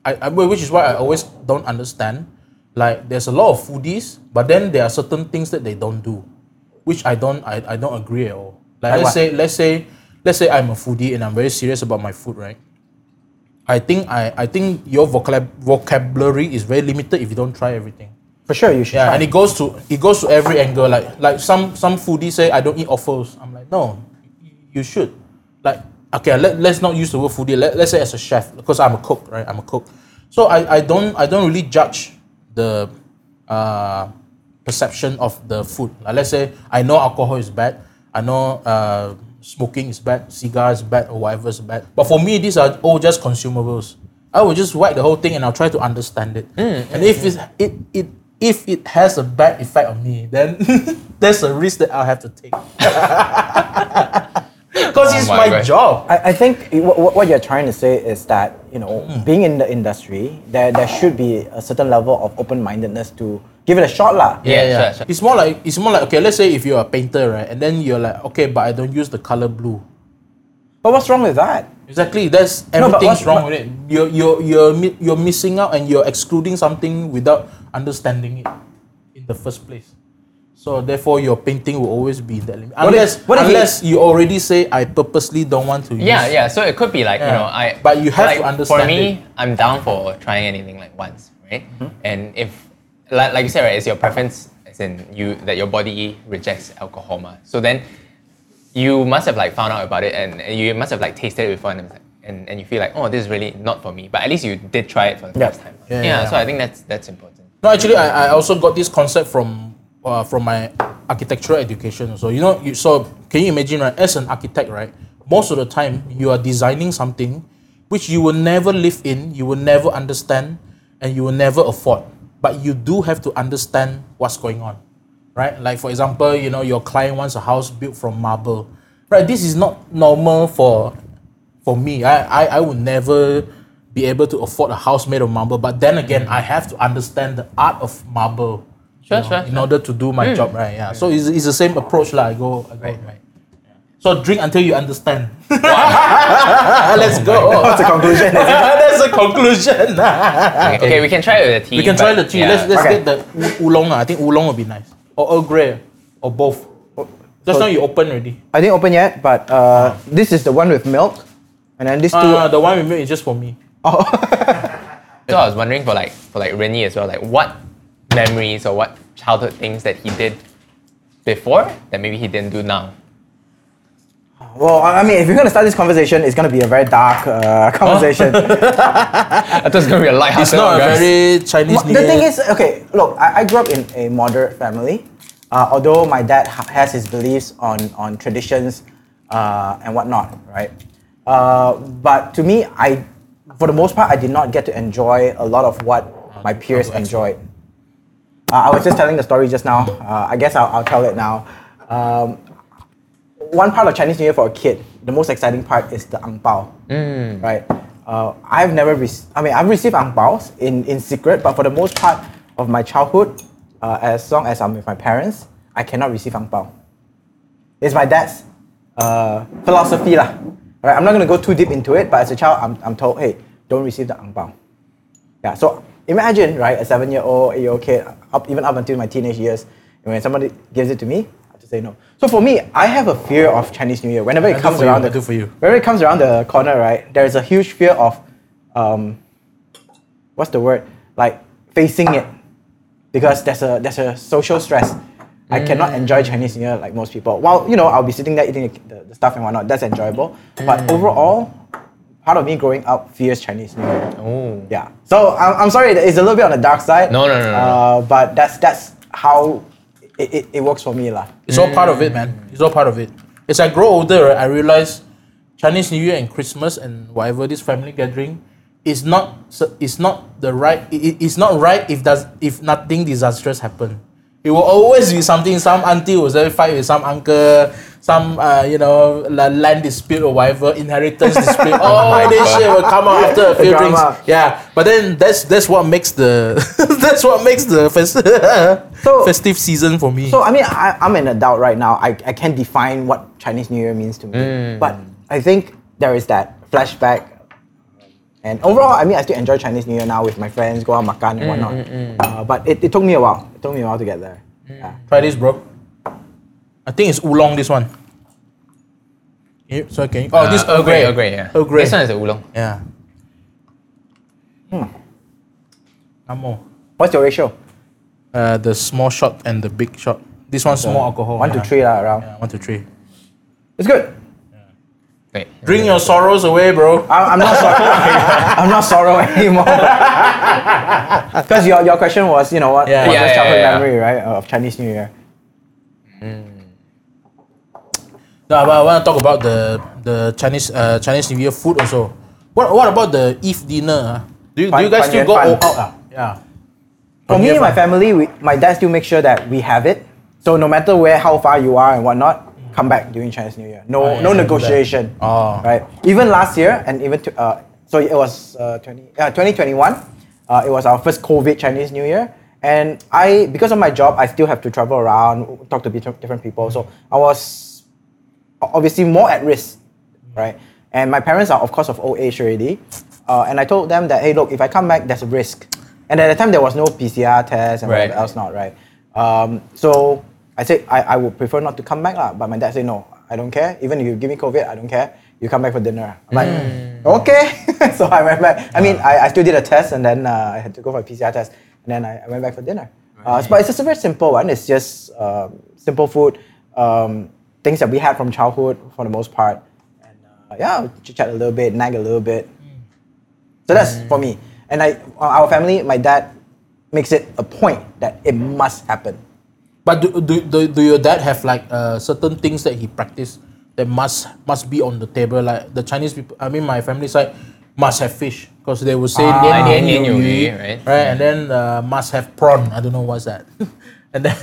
Speaker 2: I, I well, which is why I always don't understand. Like, there's a lot of foodies, but then there are certain things that they don't do, which I don't I, I don't agree at all.
Speaker 3: Like
Speaker 2: Like, let's
Speaker 3: what?
Speaker 2: say let's say let's say I'm a foodie and I'm very serious about my food, right? I think I, I think your vocab, vocabulary is very limited if you don't try everything.
Speaker 3: For sure, you should.
Speaker 2: Yeah,
Speaker 3: try.
Speaker 2: and it goes to it goes to every angle. Like like some some foodie say I don't eat offals. I'm like no, you should. Like okay, let let's not use the word foodie. Let let's say as a chef because I'm a cook, right? I'm a cook, so I I don't I don't really judge the uh perception of the food. Like let's say I know alcohol is bad. I know uh smoking is bad, cigar is bad, or whatever is bad. But for me, these are all just consumables. I will just whack the whole thing and I'll try to understand
Speaker 1: Hmm,
Speaker 2: it. and if it's, it it if it has a bad effect on me, then there's a risk that I'll have to take. Because it's
Speaker 1: Oh my
Speaker 2: my,
Speaker 1: God.
Speaker 2: job.
Speaker 3: I, I think what, what what you're trying to say is that you know
Speaker 2: Hmm.
Speaker 3: being in the industry there there should be a certain level of open-mindedness to give it a shot lah.
Speaker 1: Yeah. sure, sure.
Speaker 2: It's more like it's more like okay, let's say if you're a painter, right? And then you're like, okay, but I don't use the color blue.
Speaker 3: But what's wrong with that?
Speaker 2: Exactly. That's
Speaker 3: No, but
Speaker 2: everything's
Speaker 3: what-
Speaker 2: wrong
Speaker 3: but-
Speaker 2: with it. You're you're you're mi- you're missing out and you're excluding something without understanding it in the first place. So therefore, your painting will always be in that limit.
Speaker 3: What if-
Speaker 2: Unless
Speaker 3: what if he-
Speaker 2: unless you already say I purposely don't want to.
Speaker 1: yeah,
Speaker 2: use.
Speaker 1: yeah. So it could be like, you
Speaker 2: Yeah.
Speaker 1: know, I.
Speaker 2: But you have
Speaker 1: like,
Speaker 2: to understand
Speaker 1: For me, I'm down for trying anything like once, right?
Speaker 2: Mm-hmm.
Speaker 1: And if, like, like you said, right, it's your preference, as in you, that your body rejects alcohol, ma. So then you must have like found out about it and, and you must have like tasted it before and, and, and you feel like, oh, this is really not for me. But at least you did try it for the
Speaker 3: Yeah.
Speaker 1: first time.
Speaker 2: Yeah, yeah,
Speaker 1: so
Speaker 2: yeah.
Speaker 1: I think that's that's important.
Speaker 2: No, actually, I, I also got this concept from uh, from my architectural education. So you know, you so can you imagine, right? As an architect, right, most of the time you are designing something which you will never live in, you will never understand, and you will never afford. But you do have to understand what's going on, right? Like for example, you know, your client wants a house built from marble, right? This is not normal for for me, I, I, I would never be able to afford a house made of marble. But then again, I have to understand the art of marble
Speaker 1: Sure,
Speaker 2: you know,
Speaker 1: sure,
Speaker 2: in
Speaker 1: sure. Mm.
Speaker 2: order to do my job, right? Yeah. So it's, it's the same approach, like I go, I go right, So drink until you understand. Let's go.
Speaker 1: Oh
Speaker 3: That's the conclusion. is it?
Speaker 2: That's the conclusion.
Speaker 1: Okay, okay, we can try it with the tea.
Speaker 2: Ah, we can try the tea. Let's, let's
Speaker 3: Okay.
Speaker 2: get the oo- oolong. ah. I think oolong will be nice. Or Earl Grey, or both. Just now you open already.
Speaker 3: I didn't open yet, but uh, this is the one with milk, and then this two.
Speaker 2: Uh, the one we made is just for me.
Speaker 1: So I was wondering for like for like Rennie as well, like what memories or what childhood things that he did before that maybe he didn't do now.
Speaker 3: well, I I mean, if you're gonna start this conversation, it's gonna be a very dark uh, conversation.
Speaker 2: Oh.
Speaker 1: I thought it's gonna be a lighthouse.
Speaker 2: It's not a very Chinese
Speaker 3: Mo- the
Speaker 2: New
Speaker 3: thing
Speaker 2: Year.
Speaker 3: is, okay, look, I, I grew up in a moderate family. Uh, although my dad ha- has his beliefs on, on traditions uh, and whatnot, right? Uh, but to me, I, for the most part, I did not get to enjoy a lot of what my peers enjoyed. Uh, I was just telling the story just now. Uh, I guess I'll, I'll tell it now. Um, one part of Chinese New Year for a kid, the most exciting part is the ang pao. Right? Uh, I've never, rec- I mean, I've received ang paos in, in secret, but for the most part of my childhood, uh, as long as I'm with my parents, I cannot receive ang pao. It's my dad's uh, philosophy. Lah. Right? I'm not going to go too deep into it, but as a child, I'm, I'm told, hey, don't receive the ang pao. Yeah, so imagine, right, a seven year old, eight year old kid, up, even up until my teenage years, when somebody gives it to me, I have to say no. So for me, I have a fear of Chinese New Year. Whenever
Speaker 2: I
Speaker 3: it
Speaker 2: do
Speaker 3: comes
Speaker 2: for you,
Speaker 3: around
Speaker 2: I
Speaker 3: the
Speaker 2: do for you.
Speaker 3: whenever it comes around the corner, right, there is a huge fear of um, what's the word? Like facing it. Because there's a there's a social stress. I cannot
Speaker 1: Mm.
Speaker 3: enjoy Chinese New Year like most people. While you know, I'll be sitting there eating the, the stuff and whatnot. That's enjoyable.
Speaker 1: Mm.
Speaker 3: But overall, part of me growing up fears Chinese New Year.
Speaker 1: Oh.
Speaker 3: Yeah. So I'm, I'm sorry, it's a little bit on the dark side.
Speaker 1: No, no, no, no, no.
Speaker 3: Uh, but that's that's how it, it, it works for me, lah.
Speaker 2: It's all part of it, man. It's all part of it. As I grow older, right, I realize Chinese New Year and Christmas and whatever this family gathering is not so- is not the right. It, it's not right if does if nothing disastrous happen. It will always be something. Some auntie was there fight with some uncle. Some uh, you know la- land dispute or whatever inheritance dispute. All this shit will come out after a few
Speaker 3: Drama.
Speaker 2: drinks. Yeah, but then that's that's what makes the that's what makes the fest-
Speaker 3: So-
Speaker 2: festive season for me.
Speaker 3: So I mean, I, I'm an adult right now. I, I can't define what Chinese New Year means to me.
Speaker 1: Mm.
Speaker 3: But I think there is that flashback. And overall, I mean, I still enjoy Chinese New Year now with my friends, go out
Speaker 1: Mm,
Speaker 3: makan and whatnot. Uh, but it, it took me a while. It took me a while to get there.
Speaker 1: Mm.
Speaker 3: Yeah.
Speaker 2: Try this, bro. I think it's oolong. This one. Can you- So can you? Oh, this
Speaker 1: Uh,
Speaker 2: Earl Grey.
Speaker 1: Earl Grey, yeah.
Speaker 2: Earl Grey.
Speaker 1: This one is a oolong.
Speaker 2: Yeah.
Speaker 3: Hmm.
Speaker 2: One more.
Speaker 3: What's your ratio?
Speaker 2: Uh, the small shot and the big shot. This one's more alcohol.
Speaker 3: One to
Speaker 2: yeah.
Speaker 3: three lah, around.
Speaker 2: Yeah, one to three.
Speaker 3: It's good.
Speaker 1: Wait.
Speaker 2: Drink your sorrows away, bro.
Speaker 3: I- I'm not sorry. I'm not sorrow anymore. Because your, your question was, you know, what,
Speaker 2: Yeah.
Speaker 3: what
Speaker 1: Yeah,
Speaker 3: was
Speaker 1: yeah,
Speaker 3: childhood
Speaker 1: yeah, yeah.
Speaker 3: memory, right, of Chinese New Year?
Speaker 2: No, but I want to talk about the the Chinese uh, Chinese New Year food also. What What about the Eve dinner? ah? Do you, do
Speaker 3: Fan-
Speaker 2: you guys
Speaker 3: fan
Speaker 2: still
Speaker 3: yuan
Speaker 2: go
Speaker 3: fan.
Speaker 2: all out? ah? Yeah.
Speaker 3: For me
Speaker 2: Year
Speaker 3: and my
Speaker 2: fun.
Speaker 3: family, we, my dad still makes sure that we have it. So no matter where, how far you are and whatnot, come back during Chinese New Year. No,
Speaker 2: Ah, yeah,
Speaker 3: no
Speaker 2: so do that.
Speaker 3: negotiation.
Speaker 2: Oh.
Speaker 3: Right. Even last year, and even to, uh, so it was uh, 20, uh, 2021. Uh, it was our first COVID Chinese New Year, and I because of my job, I still have to travel around, talk to be- different people. So I was o- obviously more at risk, right? And my parents are, of course, of old age already. Uh, and I told them that, hey, look, if I come back, there's a risk. And at the time, there was no PCR test and
Speaker 1: Right.
Speaker 3: whatever else, not right. Um, so I said I, I would prefer not to come back, lah. But my dad said no, I don't care. Even if you give me COVID, I don't care. You come back for dinner. I'm like, okay. so I went back. I mean, I, I still did a test, and then uh, I had to go for a PCR test, and then I, I went back for dinner. Uh, so- but it's just a very simple one. It's just um, simple food, um, things that we had from childhood for the most part. And uh, yeah, chit chat a little bit, nag a little bit. So that's for me. And I, uh, our family, my dad makes it a point that it must happen.
Speaker 2: But do, do, do, do your dad have like uh, certain things that he practice that must must be on the table? Like the Chinese people, I mean my family side must have fish because they will say
Speaker 1: Ah,
Speaker 2: "年
Speaker 1: "
Speaker 2: 年
Speaker 1: 年年
Speaker 2: 有
Speaker 1: 有
Speaker 2: 余,"
Speaker 1: 余," right?
Speaker 2: Right, and then uh, must have prawn. I don't know what's that. and then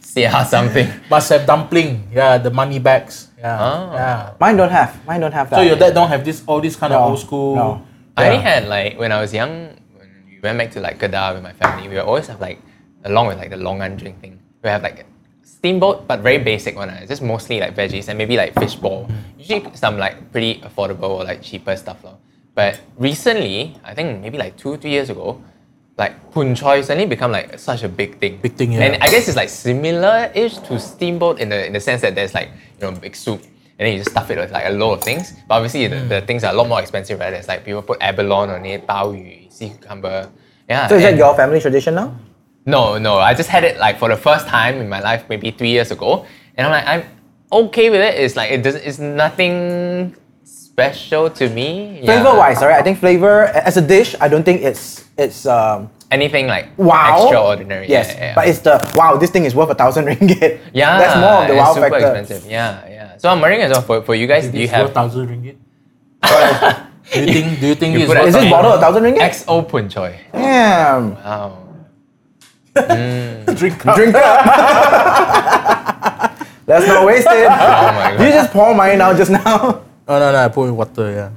Speaker 1: See how something.
Speaker 2: must have dumpling. Yeah, the money bags. Yeah,
Speaker 1: Ah.
Speaker 2: yeah.
Speaker 3: Mine don't have. Mine don't have that.
Speaker 2: So your dad don't have this all this kind
Speaker 3: No,
Speaker 2: of old school.
Speaker 3: no.
Speaker 1: I only
Speaker 2: Yeah.
Speaker 1: had like when I was young, when we went back to like Kedah with my family, we would always have like along with like the long an drink thing. We have like steamboat, but very basic one. Uh. It's just mostly like veggies and maybe like fish ball. Usually some like pretty affordable or like cheaper stuff lor. But recently, I think maybe like two three years ago, like pun choy suddenly become like such a big thing.
Speaker 2: Big thing, yeah.
Speaker 1: And I guess it's like similar-ish to steamboat in the in the sense that there's like you know big soup and then you just stuff it with like a lot of things. But obviously the,
Speaker 3: Hmm.
Speaker 1: the things are a lot more expensive, right? There's like people put abalone on it, bao yu, sea cucumber. Yeah.
Speaker 3: so is that
Speaker 1: and-
Speaker 3: your family tradition now?
Speaker 1: No, no. I just had it like for the first time in my life, maybe three years ago, and I'm like I'm okay with it. It's like it doesn't. It's nothing special to me. Yeah.
Speaker 3: Flavor wise, alright. I think flavor a- as a dish, I don't think it's it's um,
Speaker 1: anything like
Speaker 3: wow.
Speaker 1: extraordinary.
Speaker 3: Yes,
Speaker 1: Yeah, yeah, yeah.
Speaker 3: but it's the wow. This thing is worth a thousand ringgit.
Speaker 1: Yeah,
Speaker 3: that's more of the
Speaker 1: it's
Speaker 3: wow
Speaker 1: super
Speaker 3: factor.
Speaker 1: expensive. Yeah, yeah. So I'm wondering as well for, for you guys. Do you
Speaker 2: It's worth
Speaker 1: have
Speaker 2: thousand ringgit. do you think? Do you think
Speaker 1: You
Speaker 2: it's
Speaker 1: put a-
Speaker 3: Is
Speaker 2: worth
Speaker 3: this
Speaker 1: Okay.
Speaker 3: bottle a thousand ringgit?
Speaker 1: XO Pun Choi?
Speaker 3: Damn.
Speaker 1: Wow.
Speaker 2: Drink up.
Speaker 3: Drink up. Let's not waste it.
Speaker 1: Oh my
Speaker 3: You
Speaker 1: god.
Speaker 3: just pour mine out just now.
Speaker 2: Oh no no, I put in water. Yeah.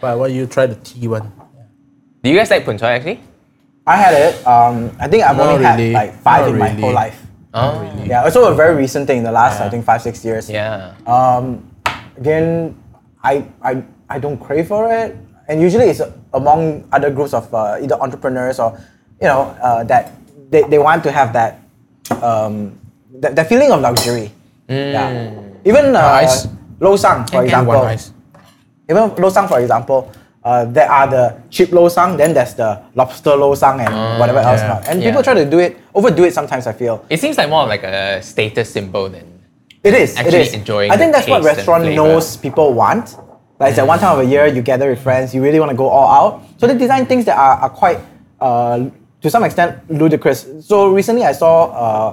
Speaker 2: but why you try the tea one?
Speaker 1: Do you guys like punch actually?
Speaker 3: I had it. Um, I think I've
Speaker 2: Not
Speaker 3: only
Speaker 2: really.
Speaker 3: had like five
Speaker 2: Not
Speaker 3: in my
Speaker 2: really.
Speaker 3: whole life.
Speaker 1: Oh,
Speaker 3: Yeah, it's also a very recent thing. The last I think five six years.
Speaker 1: yeah.
Speaker 3: Um, again, I I I don't crave for it, and usually it's among other groups of uh, either entrepreneurs or you know uh, that they, they want to have that um that, that feeling of luxury. Yeah.
Speaker 2: Mm.
Speaker 3: Even uh,
Speaker 2: Nice.
Speaker 3: low sang for
Speaker 2: Give
Speaker 3: example
Speaker 2: one ice.
Speaker 3: even losang for example uh, there are the cheap losang then there's the lobster losang and whatever else
Speaker 2: Ah, yeah.
Speaker 3: not and
Speaker 1: Yeah.
Speaker 3: people try to do it overdo it sometimes i feel
Speaker 1: It seems like more of like a status symbol than
Speaker 3: it is it
Speaker 1: Actually
Speaker 3: is
Speaker 1: enjoying
Speaker 3: i think
Speaker 1: the
Speaker 3: that's what
Speaker 1: taste and
Speaker 3: restaurant
Speaker 1: flavour.
Speaker 3: knows people want like it's that one time of a year you gather with friends you really want to go all out so they design things that are, are quite uh, to some extent ludicrous so recently i saw uh,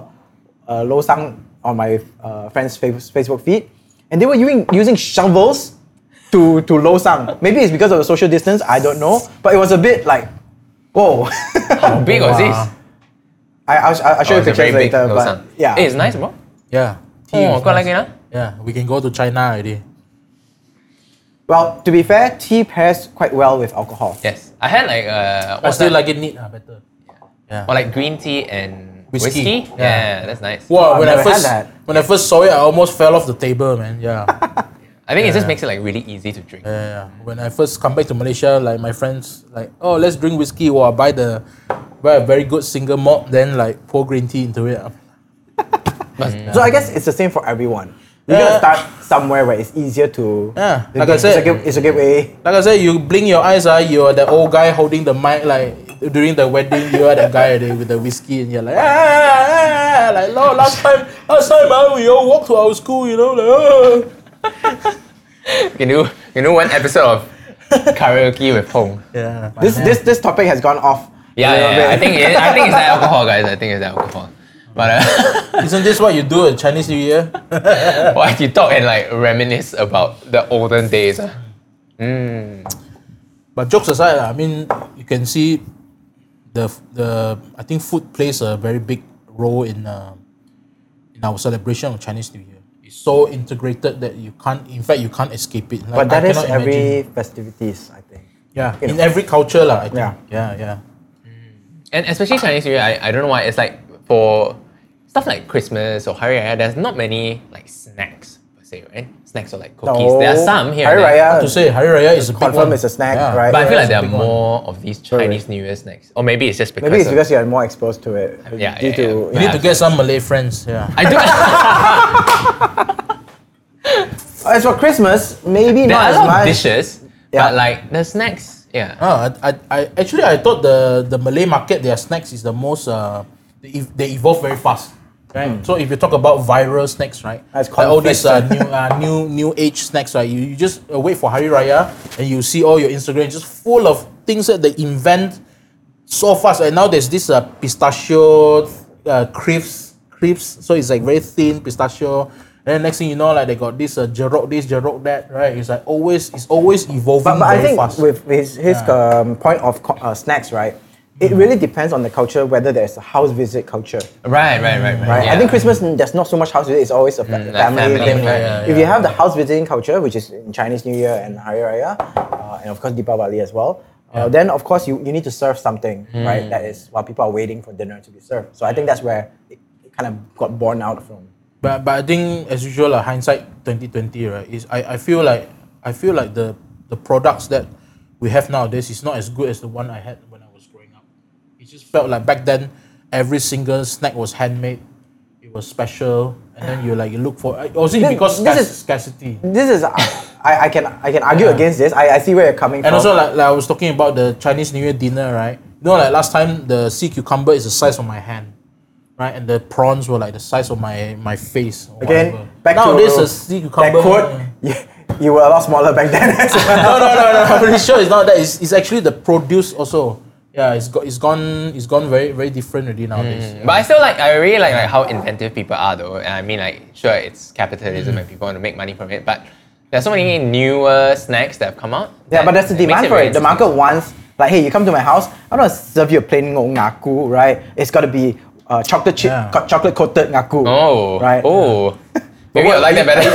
Speaker 3: uh, losang on my uh, friend's fa- facebook feed and they were using, using shovels to, to losang maybe it's because of the social distance i don't know but it was a bit like whoa
Speaker 1: how big was this?
Speaker 2: Wow.
Speaker 3: I, I'll, I'll show
Speaker 1: Oh, it's
Speaker 3: you
Speaker 1: a
Speaker 3: pictures
Speaker 1: very big
Speaker 3: later but
Speaker 1: losang.
Speaker 3: yeah
Speaker 1: Eh, it's nice, bro.
Speaker 2: Yeah. Tea
Speaker 1: Oh,
Speaker 2: is
Speaker 1: got
Speaker 2: nice.
Speaker 1: like it, huh?
Speaker 2: Yeah, we can go to China already.
Speaker 3: Well, to be fair, tea pairs quite well with alcohol.
Speaker 1: Yes. I had like uh,
Speaker 2: But
Speaker 1: what's
Speaker 2: still
Speaker 1: that?
Speaker 2: like it neat, ah, better. Yeah.
Speaker 1: or like green tea and
Speaker 2: Whiskey.
Speaker 1: whiskey.
Speaker 2: Yeah.
Speaker 1: Yeah. that's nice.
Speaker 2: Wow,
Speaker 3: I've
Speaker 2: when I
Speaker 3: never had
Speaker 2: first
Speaker 3: that.
Speaker 2: when I first saw it, I almost fell off the table, man. Yeah.
Speaker 1: I think it just
Speaker 2: Yeah.
Speaker 1: makes it like really easy to drink.
Speaker 2: yeah, yeah. When I first come back to Malaysia, like my friends, like oh let's drink whiskey or I buy the buy a very good single malt, then like pour green tea into it.
Speaker 3: So I guess it's the same for everyone. You gotta
Speaker 2: Yeah.
Speaker 3: start somewhere where it's easier to.
Speaker 2: Yeah,
Speaker 3: the-
Speaker 2: like
Speaker 3: it's
Speaker 2: I
Speaker 3: a
Speaker 2: said.
Speaker 3: good, it's a good way.
Speaker 2: Like I said, you blink your eyes, ah, you are the old guy holding the mic like during the wedding, you are the guy already with the whiskey and you're like ah, ah, ah, like no last time last time ah, we all walked to our school, you know, like ah.
Speaker 1: You know, you know one episode of karaoke with Pong.
Speaker 2: Yeah.
Speaker 3: This this this topic has gone off. a
Speaker 1: Yeah,
Speaker 3: little
Speaker 1: yeah, yeah. I
Speaker 3: bit.
Speaker 1: think it, I think it's that alcohol, guys. I think it's that alcohol. But uh,
Speaker 2: Isn't this what you do at Chinese New Year?
Speaker 1: why you talk and like reminisce about the olden days? ah.
Speaker 2: But jokes aside, lah, I mean, you can see the the I think food plays a very big role in uh, in our celebration of Chinese New Year. It's so integrated that you can't. In fact, you can't escape it.
Speaker 3: But that
Speaker 2: Like, I
Speaker 3: is
Speaker 2: cannot
Speaker 3: every
Speaker 2: imagine.
Speaker 3: festivities, I think.
Speaker 2: yeah
Speaker 3: you
Speaker 2: in
Speaker 3: know.
Speaker 2: every culture lah. I think.
Speaker 3: Yeah.
Speaker 2: yeah, yeah.
Speaker 1: And especially Chinese New Year, I, I don't know why. It's like for stuff like Christmas or Hari Raya, there's not many like snacks per se, right? Snacks or like cookies. There are some here. and
Speaker 3: Hari
Speaker 1: there.
Speaker 3: Raya,
Speaker 2: To say Hari Raya is a big
Speaker 3: Uh, confirm
Speaker 2: one.
Speaker 3: it's a snack,
Speaker 2: Yeah.
Speaker 3: right?
Speaker 1: But I feel like
Speaker 3: Raya
Speaker 1: there
Speaker 3: is
Speaker 1: are
Speaker 3: a big one.
Speaker 1: more of these Chinese New Year snacks. Or maybe it's just because.
Speaker 3: Maybe it's
Speaker 1: of-
Speaker 3: because you're more exposed to it.
Speaker 1: Yeah,
Speaker 3: due
Speaker 1: yeah,
Speaker 3: to,
Speaker 1: yeah.
Speaker 2: You need to
Speaker 1: Yeah.
Speaker 2: get some Malay friends. Yeah.
Speaker 1: I do.
Speaker 3: As for Christmas, maybe
Speaker 1: there
Speaker 3: not
Speaker 1: are a
Speaker 3: as
Speaker 1: lot
Speaker 3: much.
Speaker 1: of dishes,
Speaker 3: Yeah.
Speaker 1: but like the snacks, yeah.
Speaker 2: Oh, I, I, I actually I thought the the Malay market their snacks is the most uh they, ev- they evolve very fast. Right. So if you talk about viral snacks, right?
Speaker 3: That's
Speaker 2: like all these uh,
Speaker 3: conflict.
Speaker 2: new uh, new new age snacks, right? You, you just uh, wait for Hari Raya and you see all your Instagram just full of things that they invent so fast. And now there's this uh, pistachio uh, crisps crisps. So it's like very thin pistachio. And then next thing you know, like they got this uh, jeruk this jeruk that, right? It's like always it's always evolving
Speaker 3: But, but I
Speaker 2: very
Speaker 3: think
Speaker 2: fast.
Speaker 3: with his, his um, point of co- uh, snacks, right? It really depends on the culture, whether there's a house visit culture.
Speaker 1: Right, right, right, right.
Speaker 3: Right?
Speaker 1: yeah.
Speaker 3: I think Christmas mm, there's not so much house visit. It's always a fa-
Speaker 1: like
Speaker 3: family,
Speaker 1: family,
Speaker 3: thing.
Speaker 1: yeah,
Speaker 3: right?
Speaker 2: yeah,
Speaker 3: If
Speaker 2: yeah.
Speaker 3: you have the house visiting culture, which is in Chinese New Year and Hari Raya, uh, and of course Deepavali as well, uh, then of course you, you need to serve something, right? That is while people are waiting for dinner to be served. So I think that's where it, it kind of got born out from.
Speaker 2: But but I think as usual, like hindsight twenty twenty, right? Is I, I feel like I feel like the the products that we have nowadays is not as good as the one I had when I was growing up. It just felt like back then every single snack was handmade, it was special, and then you like you look for also
Speaker 3: This-
Speaker 2: because
Speaker 3: this
Speaker 2: scarc-
Speaker 3: is-
Speaker 2: scarcity.
Speaker 3: This is uh, I, I can I can argue against this. I, I see where you're coming
Speaker 2: And
Speaker 3: from.
Speaker 2: also like, like I was talking about the Chinese New Year dinner, right? You know, like last time the sea cucumber is the size of my hand. Right? And the prawns were like the size of my my face. Or
Speaker 3: Again,
Speaker 2: whatever.
Speaker 3: back to
Speaker 2: Nowadays
Speaker 3: uh,
Speaker 2: a sea cucumber.
Speaker 3: That quote, you, you were a lot smaller back then. as well.
Speaker 2: no, no, no, no. I'm pretty sure it's not that. It's, it's actually the produce also. Yeah, it's got it's gone it's gone very very different already nowadays.
Speaker 3: Mm.
Speaker 1: But I still like I really like, like how inventive people are though. And I mean like sure it's capitalism
Speaker 3: Mm.
Speaker 1: and people want to make money from it, but there's so many newer snacks that have come out.
Speaker 3: yeah,
Speaker 1: that
Speaker 3: but there's the
Speaker 1: makes
Speaker 3: demand for
Speaker 1: very
Speaker 3: it. The market
Speaker 1: interesting.
Speaker 3: wants Like, hey, you come to my house, I'm not gonna serve you a plain ngok ngaku, right? It's gotta be uh, chocolate chip,
Speaker 2: Yeah.
Speaker 3: co- chocolate coated ngaku.
Speaker 1: Oh.
Speaker 3: right.
Speaker 1: Oh. Maybe I
Speaker 2: what-
Speaker 1: like that better.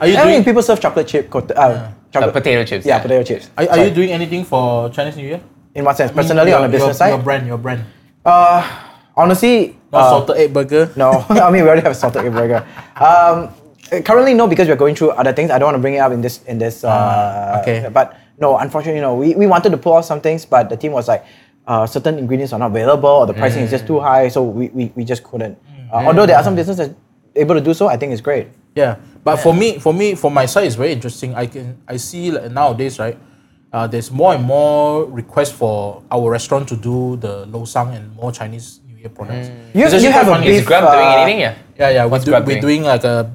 Speaker 2: Are you
Speaker 3: I mean,
Speaker 2: doing,
Speaker 3: people serve chocolate chip coated, uh,
Speaker 1: Uh,
Speaker 3: chocolate,
Speaker 1: potato chips.
Speaker 3: yeah, potato chips.
Speaker 2: are, are
Speaker 3: Sorry.
Speaker 2: you doing anything for Chinese New Year?
Speaker 3: in what sense? Personally,
Speaker 2: Your-
Speaker 3: on the business
Speaker 2: your,
Speaker 3: side,
Speaker 2: Your brand, your brand.
Speaker 3: honestly,
Speaker 2: Not
Speaker 3: uh,
Speaker 2: salted egg burger.
Speaker 3: No, I mean we already have a salted egg burger. Um, currently no, because we're going through other things. I don't want to bring it up in this in this. Uh,
Speaker 2: Ah, okay.
Speaker 3: But no, unfortunately, no. We, we wanted to pull off some things, but the team was like, uh, certain ingredients are not available, or the pricing is just
Speaker 2: Mm.
Speaker 3: too high, so we, we, we just couldn't. Uh, although there are some businesses able to do so, I think it's great.
Speaker 2: Yeah, but for me, for me, for my side, it's very interesting. I can I see like nowadays, right? Uh, there's more and more requests for our restaurant to do the losang and more Chinese New Year products.
Speaker 3: You,
Speaker 2: It's actually
Speaker 3: you have a
Speaker 2: quite funny.
Speaker 3: beef.
Speaker 1: Is Grab doing
Speaker 3: uh,
Speaker 1: anything? Yeah.
Speaker 2: Yeah, yeah, we
Speaker 1: What's
Speaker 2: do,
Speaker 1: Grab
Speaker 2: we're doing like a,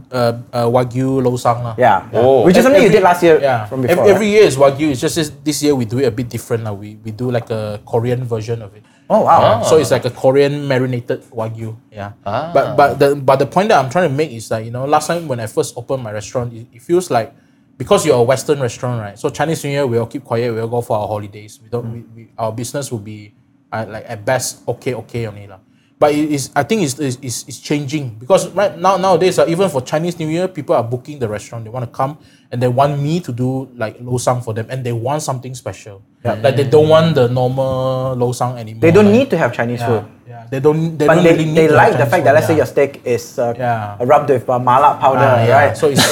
Speaker 2: a, a wagyu losang lah.
Speaker 3: Yeah.
Speaker 1: Oh.
Speaker 3: Which is something you
Speaker 2: Every-
Speaker 3: did last year
Speaker 2: Yeah,
Speaker 3: from
Speaker 2: Ev-
Speaker 3: before.
Speaker 2: every,
Speaker 3: right?
Speaker 2: year is wagyu. It's just this, this year we do it a bit different. lah. We we do like a Korean version of it.
Speaker 3: Oh wow.
Speaker 2: So it's like a Korean marinated wagyu. Yeah.
Speaker 1: Ah.
Speaker 2: But but the but the point that I'm trying to make is that you know last time when I first opened my restaurant, it, it feels like because you're a Western restaurant, right? So Chinese New Year, we all keep quiet. We all go for our holidays. We don't. We, we, our business will be uh, like at best okay, okay only lah. But it is. I think it's, it's, it's it's changing because right now nowadays uh, even for Chinese New Year, people are booking the restaurant. They want to come and they want me to do like losang for them, and they want something special. Like they don't want the normal losang anymore.
Speaker 3: They don't
Speaker 2: like-
Speaker 3: need to have Chinese
Speaker 2: yeah,
Speaker 3: food.
Speaker 2: yeah. They don't. They
Speaker 3: But
Speaker 2: don't
Speaker 3: they,
Speaker 2: really need
Speaker 3: they
Speaker 2: to
Speaker 3: like the
Speaker 2: have Chinese
Speaker 3: fact that
Speaker 2: food,
Speaker 3: let's say
Speaker 2: yeah.
Speaker 3: your steak is uh,
Speaker 2: Yeah.
Speaker 3: rubbed with uh, mala powder,
Speaker 2: Ah, yeah.
Speaker 3: right?
Speaker 2: So it's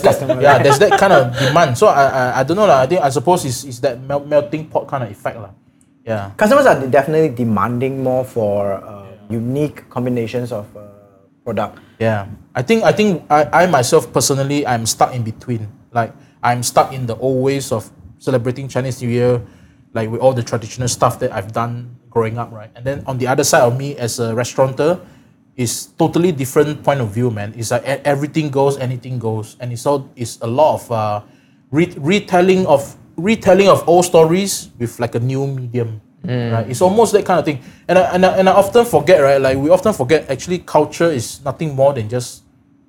Speaker 3: That's customer.
Speaker 2: that, yeah, there's that kind of demand. So I I, I don't know lah. I think I suppose it's, it's that mel- melting pot kind of effect lah. Yeah.
Speaker 3: customers are definitely demanding more for uh, unique combinations of uh, product.
Speaker 2: Yeah, I think I think I, I myself personally I'm stuck in between. Like I'm stuck in the old ways of celebrating Chinese New Year, like with all the traditional stuff that I've done growing up, right? And then on the other side of me as a restaurateur, is totally different point of view, man. It's like e- everything goes, anything goes, and it's all it's a lot of uh, re- retelling of retelling of old stories with like a new medium.
Speaker 3: Mm.
Speaker 2: Right? It's almost that kind of thing. And I, and, I, and I often forget, right? Like we often forget actually culture is nothing more than just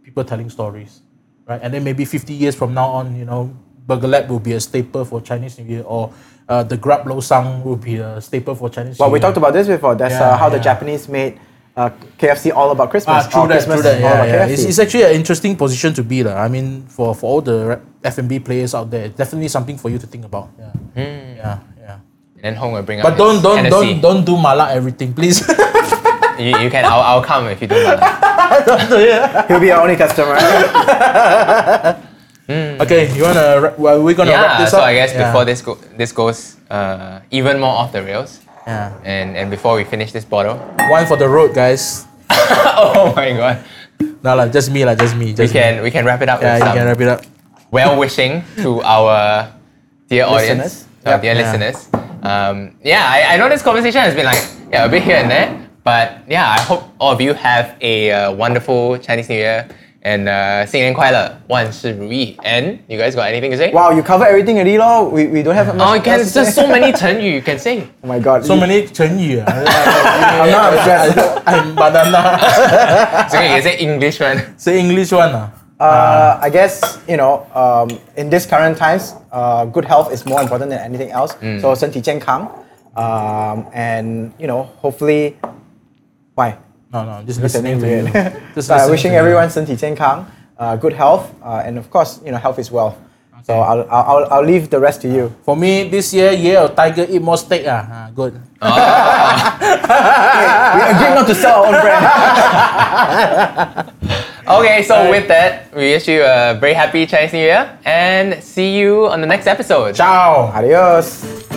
Speaker 2: people telling stories. Right? And then maybe 50 years from now on, you know, Burger Lab will be a staple for Chinese New Year or uh, the Grab Lo Sang will be a staple for Chinese
Speaker 3: Well,
Speaker 2: New
Speaker 3: we
Speaker 2: Year.
Speaker 3: talked about this before. That's uh,
Speaker 2: Yeah,
Speaker 3: how the
Speaker 2: yeah.
Speaker 3: Japanese made uh, KFC all about Christmas.
Speaker 2: Ah, true
Speaker 3: or
Speaker 2: that,
Speaker 3: Christmas
Speaker 2: true that.
Speaker 3: all
Speaker 2: Yeah,
Speaker 3: about
Speaker 2: yeah.
Speaker 3: KFC.
Speaker 2: It's, it's actually an interesting position to be. lah. I mean, for, for all the F and B players out there, definitely something for you to think about. Yeah,
Speaker 1: Hmm.
Speaker 2: yeah, yeah.
Speaker 1: And then Hong will bring
Speaker 2: But
Speaker 1: up
Speaker 2: don't
Speaker 1: his
Speaker 2: don't
Speaker 1: NSC.
Speaker 2: don't don't do mala everything, please.
Speaker 1: You, you can. I'll, I'll come if you do that.
Speaker 3: He'll be our only customer.
Speaker 2: okay, you wanna? Wrap, well, we're gonna wrap
Speaker 1: Hmm. yeah.
Speaker 2: this
Speaker 1: So
Speaker 2: up.
Speaker 1: I guess
Speaker 2: Yeah.
Speaker 1: before this go, this goes uh, even more off the rails,
Speaker 2: Yeah.
Speaker 1: and and before we finish this bottle.
Speaker 2: One for the road, guys.
Speaker 1: oh my god.
Speaker 2: No, like just me, like just me.
Speaker 1: We
Speaker 2: Just me.
Speaker 1: can we can wrap it up
Speaker 2: Yeah,
Speaker 1: with
Speaker 2: you
Speaker 1: some
Speaker 2: can wrap it up.
Speaker 1: well wishing to our dear audience,
Speaker 3: Listeners.
Speaker 1: to our dear
Speaker 2: Yeah.
Speaker 1: listeners. Um, yeah, I, I know this conversation has been like yeah, a bit here and there, but yeah, I hope all of you have a uh, wonderful Chinese New Year and uh, 新年快乐,万事如意. And you guys got anything to say?
Speaker 3: wow, you cover everything already, lor. We, we don't have much.
Speaker 1: Oh, you can,
Speaker 3: else to
Speaker 1: there's
Speaker 3: say.
Speaker 1: so many 成语 you can say.
Speaker 3: Oh my god.
Speaker 2: So many 成语.
Speaker 3: I'm not impressed.
Speaker 2: I'm banana.
Speaker 1: So you can say English one.
Speaker 2: Say English one. ah.
Speaker 3: Uh, I guess you know, um, in these current times, uh, good health is more important than anything else.
Speaker 2: Mm.
Speaker 3: So, 身体健康, um, and you know, hopefully, why?
Speaker 2: No, no, just
Speaker 3: Listening to
Speaker 2: listening to you.
Speaker 3: it.
Speaker 2: Just
Speaker 3: So,
Speaker 2: listening
Speaker 3: wishing
Speaker 2: to you.
Speaker 3: everyone 身体健康, uh, good health, uh, and of course, you know, health is wealth. So, I'll, I'll, I'll- I'll leave the rest to you.
Speaker 2: For me, this year, year of tiger, eat more steak. Ah, ah, good.
Speaker 3: We agreed not to sell our own brand.
Speaker 1: Okay, so with that, we wish you a very happy Chinese New Year and see you on the next episode.
Speaker 2: Ciao.
Speaker 3: Adios.